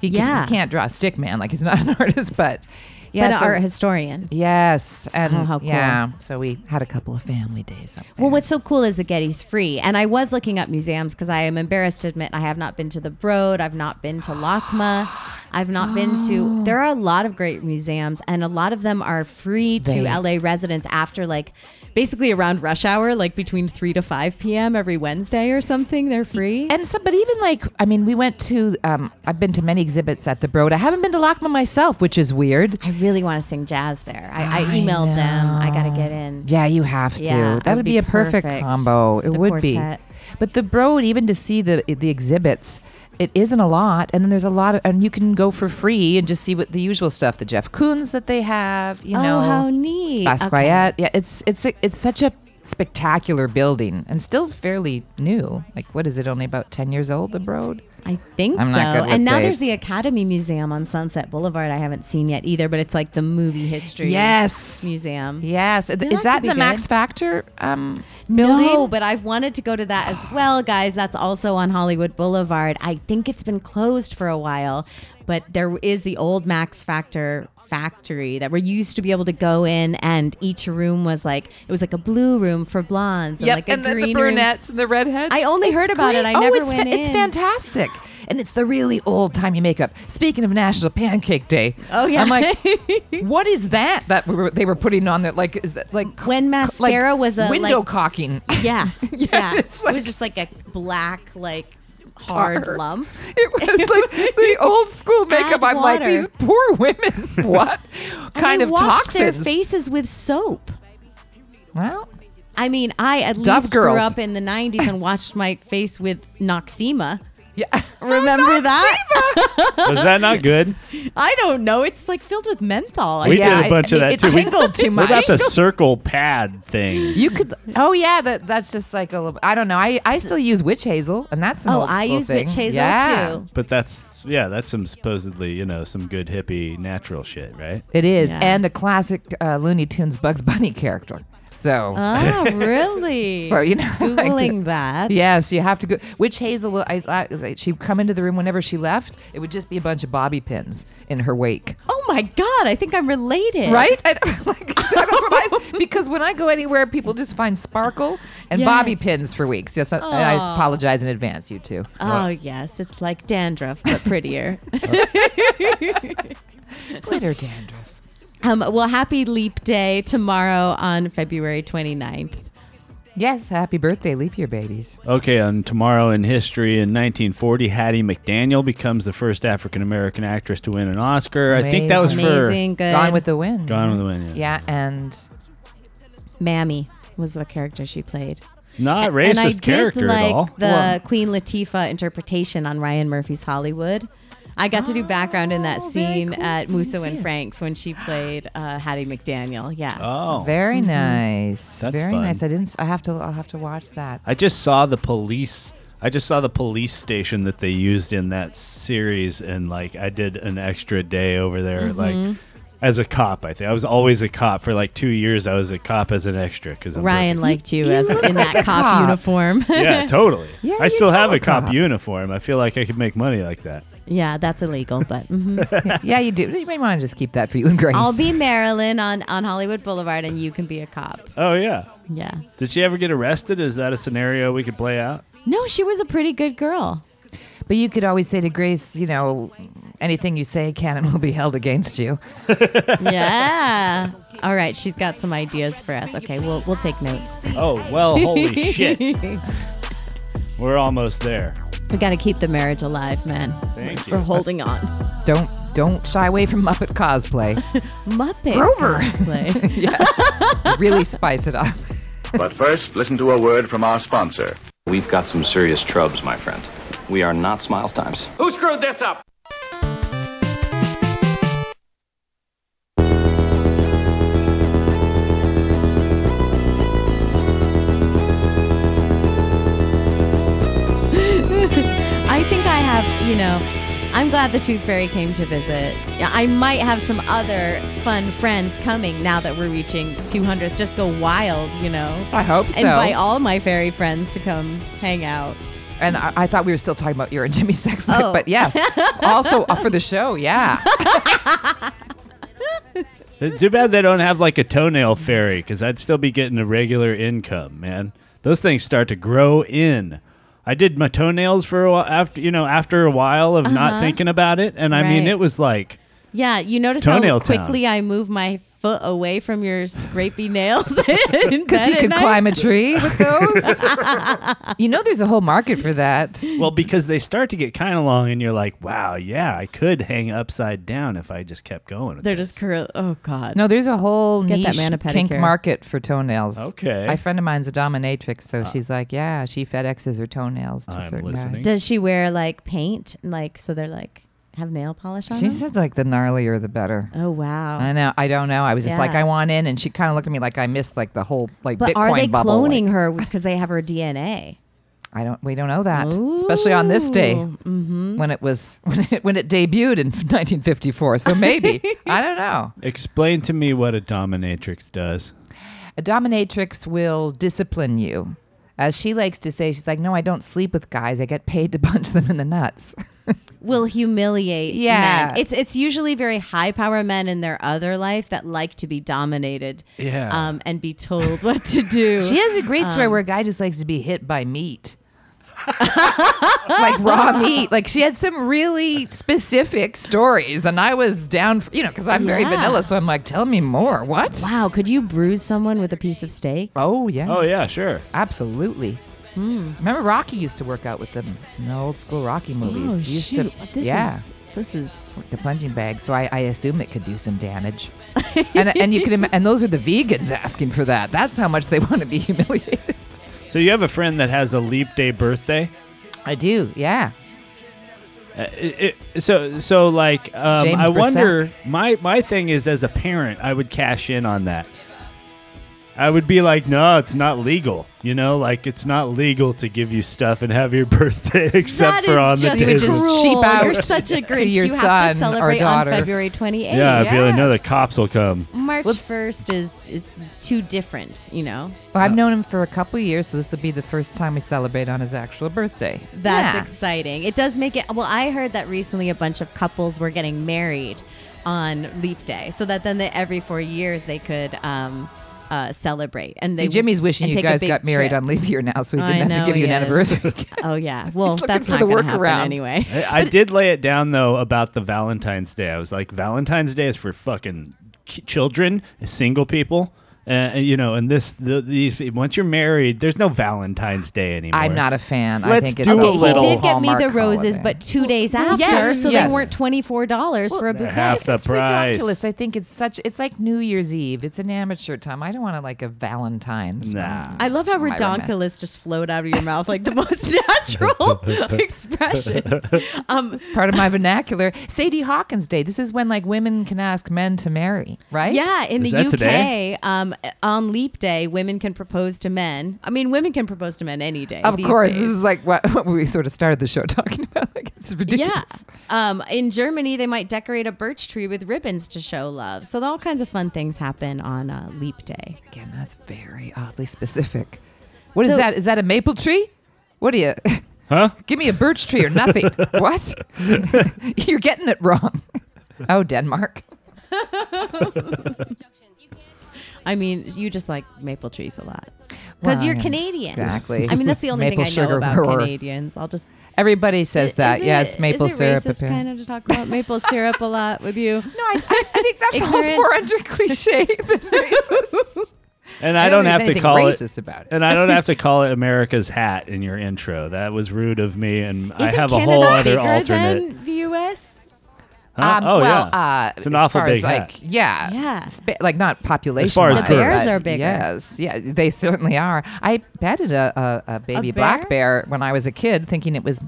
B: He, can,
C: Yeah.
B: he can't draw a stick man, like he's not an artist, but yeah,
C: But an
B: so-
C: art historian.
B: Yes, and
C: Oh, how cool.
B: yeah, so we had a couple of family days. Up.
C: Well, what's so cool is the Getty's free. And I was looking up museums because I am embarrassed to admit I have not been to the Broad. I've not been to Lakma. I've not been to. There are a lot of great museums, and a lot of them are free to
B: They-
C: LA residents after, like, basically around rush hour, like between 3 to 5 p.m. every Wednesday or something. They're free.
B: And so, but even like, I mean, we went to. Um, I've been to many exhibits at the Broad. I haven't been to Lockman myself, which is weird.
C: I really want to sing jazz there. I, I emailed them. I got to get in.
B: Yeah, you have to.
C: Yeah, it
B: that would be, a perfect, combo. It
C: The
B: would
C: quartet.
B: be. But the Broad, even to see the the exhibits, it isn't a lot, and then there's a lot of, and you can go for free and just see what the usual stuff, the Jeff Koons that they have. You
C: oh,
B: know,
C: how neat.
B: Basquiat. Yeah, it's it's it's such a spectacular building and still fairly new. Like, what is it? Only about ten years old, the Broad.
C: I think
B: I'm
C: so.
B: Not good with
C: and now
B: dates.
C: there's the Academy Museum on Sunset Boulevard. I haven't seen yet either, but it's like the movie history.
B: Yes.
C: museum.
B: Yes, is
C: Yeah,
B: that,
C: that could
B: in
C: be
B: the Max
C: good.
B: Factor um, building?
C: No, but I've wanted to go to that as well, guys. That's also on Hollywood Boulevard. I think it's been closed for a while, but there is the old Max Factor factory that where you used to be able to go in and each room was like it was like a blue room for blondes and
B: Yep,
C: like a
B: and then the
C: green
B: brunettes and the redheads.
C: I only
B: It's
C: heard about it. I
B: great. oh,
C: never
B: it's
C: went
B: It's
C: in.
B: fantastic, and it's the really old timey makeup. Speaking of National Pancake Day,
C: Oh, yeah.
B: I'm like, what is that that we were, they were putting on? That like is that like
C: when mascara was a,
B: window
C: like-
B: caulking?
C: room. Yeah. yeah. it was just like a black like hard
B: Tar.
C: lump.
B: It was like the old school makeup. I'm like
C: water.
B: these poor women. What kind
C: and they
B: of
C: washed
B: toxins?
C: their faces with soap.
B: Well,
C: I mean, I at
B: Dove
C: least grew
B: girls.
C: up in the '90s and washed my face with Noxema.
B: Yeah,
C: remember that?
A: Was that not good?
C: I don't know. It's like filled with menthol. I
A: We
C: think.
A: did a bunch of that too. We- What about the circle pad thing?
B: You could. Oh yeah, that that's just like a little. I don't know. I I still use witch hazel, and that's an
C: Oh,
B: old
C: I
B: school
C: use witch
B: thing.
C: hazel,
B: Yeah.
C: too.
A: But that's yeah, that's some supposedly you know some good hippie natural shit, right?
B: It is,
A: Yeah.
B: and a classic uh, Looney Tunes Bugs Bunny character. So.
C: Ah, really?
B: So you know, I
C: googling
B: did-
C: that.
B: Yes, you have to go. Witch Hazel will. I, I she'd come into the room whenever she left. It would just be a bunch of bobby pins in her wake.
C: Oh my god! I think I'm related.
B: Right? I, like, that was what I- because when I go anywhere, people just find sparkle and bobby
C: Yes.
B: pins for weeks. Yes, I, and I just
C: Aw.
B: apologize in advance, you two.
C: Oh yes, it's like dandruff but prettier.
B: Glitter dandruff.
C: Um, well, happy Leap Day tomorrow on February 29th.
B: Yes, happy birthday, leap year babies.
A: Okay, on tomorrow in history in 1940, Hattie McDaniel becomes the first African American actress to win an Oscar. I think that was for
B: Gone with the Wind.
A: Gone with the Wind. Yeah.
B: Yeah, and
C: Mammy was the character she played.
A: Not racist
C: and I did
A: character
C: like
A: at all.
C: the
A: Well,
C: Queen Latifah interpretation on Ryan Murphy's Hollywood. I got to do background in
A: Oh,
C: that scene at Musso and Frank's when she played uh, Hattie McDaniel. Yeah.
A: Oh.
B: very
C: Mhm.
B: nice.
A: That's
B: very
A: fun.
B: nice. I didn't. s- I have to. I'll have to watch that.
A: I just saw the police. I just saw the police station that they used in that series, and like I did an extra day over there,
C: Mm-hmm.
B: Mhm.
A: like as a cop. I think I was always a cop for like two years. I was a cop as an extra because
C: Ryan liked you, as
A: look
C: in
A: like a
C: that cop,
A: cop.
C: uniform.
A: yeah, totally.
C: Yeah,
A: I
C: you
A: still have
C: totally
A: a cop,
C: cop.
A: uniform. I feel like I could make money like that.
C: Yeah, that's illegal, but mhm.
B: yeah, you do. You may want to just keep that for you and Grace.
C: I'll be Marilyn on, on Hollywood Boulevard, and you can be a cop.
A: Oh yeah.
C: Yeah.
A: Did she ever get arrested? Is that a scenario we could play out?
C: No, she was a pretty good girl.
B: But you could always say to Grace, you know, anything you say can and will be held against you.
C: yeah. All right, she's got some ideas for us. Okay, we'll we'll take notes.
A: Oh well, holy shit. We're almost there.
C: We got to keep the marriage alive, man.
A: Thank you.
C: We're holding on.
B: Don't don't shy away from Muppet cosplay.
C: Muppet
B: Grover.
C: cosplay.
B: really spice it up.
G: But first, listen to a word from our sponsor. We've got some serious trubs, my friend. We are not Smiles Times.
S: Who screwed this up?
C: I think I have, you know, I'm glad the Tooth Fairy came to visit. Yeah, I might have some other fun friends coming now that we're reaching 200th. Just go wild, you know.
B: I hope so.
C: Invite all my fairy friends to come hang out.
B: And I, I thought we were still talking about your and Jimmy sex life,
C: Oh.
B: but yes, also uh, for the show, yeah.
A: It's Uh, Too bad they don't have like a toenail fairy because I'd still be getting a regular income, man. Those things start to grow in. I did my toenails for a while after you know after a while of
C: Uh-huh.
A: not thinking about it, and I mean
C: Right.
A: it was like
C: Yeah, you notice
A: Toenail
C: how quickly
A: town.
C: I move my foot away from your scrapey nails
B: Because
C: because
B: he could climb a tree with those. you know, there's a whole market for that.
A: well because they start to get kind of long, and you're like, wow, yeah, I could hang upside down if I just kept going.
C: They're just curl. Oh God.
B: No, there's a whole
C: Get that
B: niche
C: man a
B: kink
C: pedicure.
B: market for toenails.
A: Okay. Uh,
B: My friend of mine's a dominatrix, so
C: Ah.
B: she's like, yeah, she FedExes her toenails to
A: I'm
B: certain
A: listening.
B: guys.
C: Does she wear like paint? Like so they're like have nail polish on.
B: She
C: them?
B: said like the gnarlier the better.
C: Oh wow.
B: I know. I don't know. I was just like,
C: Yeah.
B: I want in, and she kind of looked at me like I missed like the whole like
C: But
B: Bitcoin
C: are they
B: bubble. like,
C: cloning her because they have her DNA?
B: I don't. We don't know that, especially on this day
C: Mhm.
B: when it was when it, when it debuted in 1954. So maybe I don't know.
A: Explain to me what a dominatrix does.
B: A dominatrix will discipline you, as she likes to say. She's like, no, I don't sleep with guys. I get paid to punch them in the nuts.
C: Will humiliate.
B: Yeah.
C: men. It's it's usually very high power men in their other life that like to be dominated.
B: Yeah.
C: Um, and be told what to do.
B: She has a great story
C: Um,
B: where a guy just likes to be hit by meat. like raw meat. Like she had some really specific stories, and I was down, for, you know, because I'm very
C: Yeah.
B: vanilla. So I'm like, tell me more. What?
C: Wow, could you bruise someone with a piece of steak?
B: Oh yeah.
A: Oh yeah, sure.
B: Absolutely.
C: Hmm.
B: Remember Rocky used to work out with them in the old school Rocky movies.
C: Oh,
B: He used
C: shoot.
B: to,
C: This
B: yeah.
C: is- this is
B: the plunging bag, so I, I assume it could do some damage. and and you can ima- and those are the vegans asking for that. That's how much they want to be humiliated.
A: So you have a friend that has a leap day birthday.
B: I do. Yeah.
A: Uh, it, it- so so like um,
B: James
A: I
B: Brissette.
A: wonder my my thing is as a parent I would cash in on that. I would be like, no, it's not legal. You know, like it's not legal to give you stuff and have your birthday except
C: That
A: for
C: is
A: on
C: just
A: the
C: cruel.
A: table.
C: You're such a
B: to
C: Grinch.
B: your
C: you have
B: son
C: to
B: or
C: celebrate on
B: daughter.
C: February 28th.
A: Yeah, I'd be like, no, the cops will come.
C: March 1st is, is too different, you know?
B: Well, I've known him for a couple years, so this will be the first time we celebrate on his actual birthday.
C: That's
B: Yeah.
C: exciting. It does make it. Well, I heard that recently a bunch of couples were getting married on leap day so that then they, every four years they could. Um, uh, celebrate and they
B: See, Jimmy's wishing
C: and
B: you
C: take a
B: guys
C: big
B: got married
C: trip.
B: on leap year now, so he
C: I
B: didn't have
C: know
B: to give you an
C: he is.
B: anniversary.
C: oh yeah, well
B: He's looking
C: that's
B: for
C: not
B: the
C: going to happen
B: workaround.
C: anyway.
A: I, I did lay it down though about the Valentine's Day. I was like, Valentine's Day is for fucking ki- children, single people. Uh, and, you know, and this, the, these, once you're married, there's no Valentine's Day anymore.
B: I'm not a fan. I
A: Let's
B: think it's
A: do
B: a
A: a
B: whole
A: little-
C: He did get me the
B: Hallmark
C: roses,
B: holiday.
C: but two days after,
B: yes,
C: so
B: yes.
C: they weren't twenty four dollars for a
A: They're
C: bouquet.
A: half the price.
B: ridiculous. I think it's such. It's like New Year's Eve. It's an amateur time. I don't want to like a Valentine's.
A: Nah.
C: I love how
B: My romance.
C: redonkulous just flowed out of your mouth like the most natural expression. Um,
B: it's part of my vernacular. Sadie Hawkins Day. This is when like women can ask men to marry, right?
C: Yeah, in
B: Is
C: the
B: that
C: UK,
B: today?
C: um, on leap day, women can propose to men. I mean, women can propose to men any day.
B: Of
C: these
B: course,
C: days.
B: this is like what, what we sort of started the show talking about. Like it's ridiculous.
C: Yeah. Um, in Germany, they might decorate a birch tree with ribbons to show love. So all kinds of fun things happen on uh, Leap Day.
B: Again, that's very oddly specific. What is
C: So-
B: that? Is that a maple tree? What do you?
A: Huh?
B: Give me a birch tree or nothing. what? You're getting it wrong. oh, Denmark.
C: I mean, you just like maple trees a lot because
B: Well,
C: you're
B: yeah,
C: Canadian.
B: exactly.
C: I mean, that's the only
B: Maple
C: thing I know
B: sugar
C: about
B: roar.
C: Canadians. I'll just
B: Everybody says that.
C: Is
B: yeah,
C: it-
B: it's maple
C: is it
B: syrup.
C: Racist
B: apparently.
C: kind of to talk about maple syrup a lot with you. No,
B: I, I, I think that falls more under cliche than racist.
A: And
B: I
A: I don't,
B: don't think
A: have
B: there's
A: to call
B: anything
A: it
B: racist about it.
A: And I don't have to call it America's hat in your intro. That was rude of me, and I
C: Isn't
A: have a
C: Canada
A: whole other
C: bigger
A: alternate.
C: than the U.S.
A: Huh?
B: Um,
A: oh
B: well,
A: yeah,
B: uh,
A: it's an
B: as
A: awful
B: far
A: big
B: as,
A: hat.
B: like, Yeah,
C: yeah,
B: like not population.
A: as
B: wise,
A: The bears
B: but
C: are bigger.
B: Yes, yeah, they certainly are. I petted a, a, a baby black bear when I was a kid, thinking it was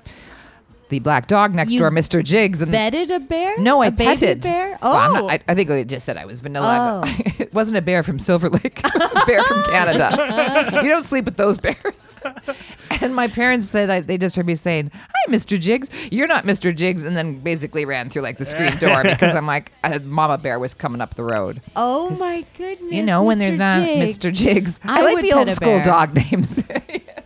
B: the black dog next
C: You
B: door, Mr. Jiggs. And
C: Bedded a bear?
B: no, I
C: a baby
B: petted.
C: bear. Oh,
B: Well, I'm not- I, I think I just said I was vanilla. but it wasn't a bear from Silver Lake. It was a bear from Canada. you don't sleep with those bears. And my parents said I, they just heard me saying, "Hi, Mr. Jiggs. You're not Mr. Jiggs," and then basically ran through like the screen door because I'm like, a Mama Bear was coming up the road.
C: oh my goodness!
B: You know, when there's not Mr. Jiggs. I, like
C: would
B: the old
C: pet a
B: school
C: bear.
B: dog names. yes.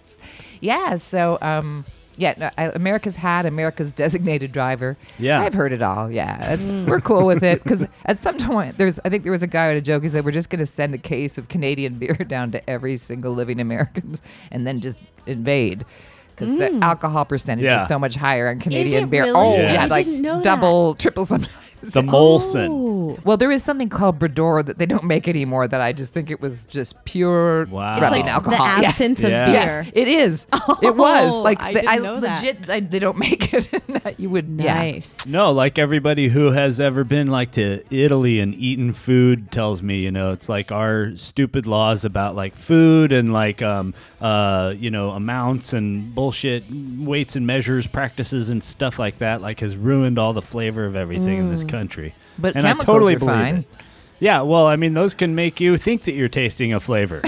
B: Yeah, so um yeah, no, I- America's hat, America's designated driver.
A: Yeah.
B: I've heard it all. Yeah, it's, we're cool with it because at some point there's, I think there was a guy with a joke. He said we're just going to send a case of Canadian beer down to every single living Americans and then just invade because the alcohol percentage
A: Yeah.
B: is so much higher on Canadian
A: it
B: beer.
A: really?
B: Oh
A: Yeah.
B: yeah,
A: I
B: like
A: didn't know that.
B: double, triple sometimes.
A: The Molson.
B: Well, there is something called Bredor that they don't make anymore that I just think it was just pure
A: Wow. It's
B: rubbing
A: like the
B: alcohol. Yeah.
A: absinthe of Yeah.
B: Yes,
A: beer.
B: it is. it was.
C: Oh,
B: Like
C: I
B: the-
C: didn't
B: I
C: know that.
B: legit I, they don't make it. you would
C: Nice.
A: No, like everybody who has ever been like to Italy and eaten food tells me, you know, it's like our stupid laws about like food and like um uh you know amounts and bullshit weights and measures practices and stuff like that like has ruined all the flavor of everything in this
B: Mm.
A: country.
B: But
A: and I
B: chemicals
A: totally
B: are
A: believe
B: fine.
A: it. Yeah, well, I mean, those can make you think that you're tasting a flavor.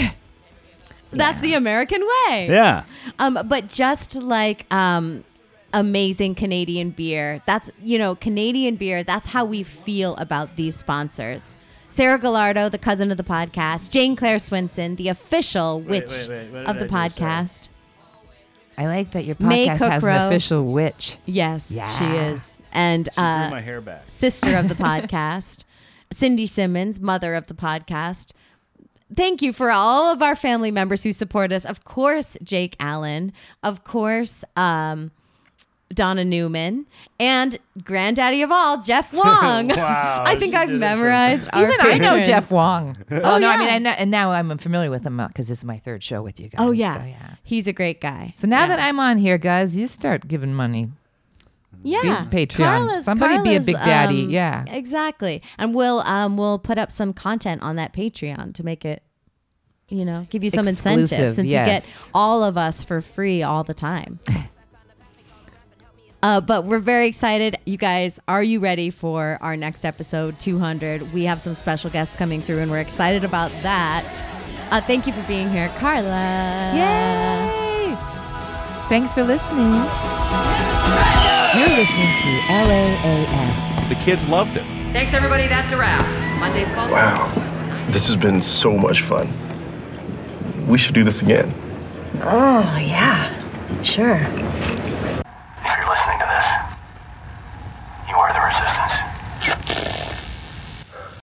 C: That's the American way.
A: yeah.
C: Um, but just like um, amazing Canadian beer, that's you know Canadian beer. That's how we feel about these sponsors. Sarah Gallardo, the cousin of the podcast, Jane Claire Swinson, the official
B: Wait,
C: witch
B: wait, wait, what
C: of the
B: did I do? Sorry.
C: podcast.
B: I like that your
C: May
B: podcast has an
C: Kokro.
B: official witch.
C: Yes, she
B: Yeah.
C: is. And
A: grew
C: uh,
A: my hair back.
C: Sister of the podcast, Cindy Simmons, mother of the podcast. Thank you for all of our family members who support us. Of course, Jake Allen. Of course, um, Donna Newman and granddaddy of all, Jeff Wong.
B: Wow,
C: I think
B: she
C: I've
B: did it.
C: memorized our
B: Even I know
C: patrons.
B: Jeff Wong.
C: Oh,
B: oh, no, I mean,
C: yeah.
B: I know, and now I'm familiar with him because this is my third show with you guys.
C: Oh, yeah.
B: So,
C: He's a great guy.
B: So now that I'm on here, guys, you start giving money.
C: Yeah, um,
B: Be Patreon. Somebody be a big daddy. Yeah.
C: exactly. And we'll um we'll put up some content on that Patreon to make it, you know, give you some incentive
B: Exclusive,
C: since you
B: yes.
C: get all of us for free all the time. Uh, but we're very excited. You guys, are you ready for our next episode, 200? We have some special guests coming through, and we're excited about that. Uh, thank you for being here, Carla.
B: Yay! Thanks for listening. You're listening to LAAF.
Q: The kids loved it.
P: Thanks, everybody. That's a wrap. Monday's call.
E: Wow, this has been so much fun. We should do this again.
P: Oh, yeah. Sure.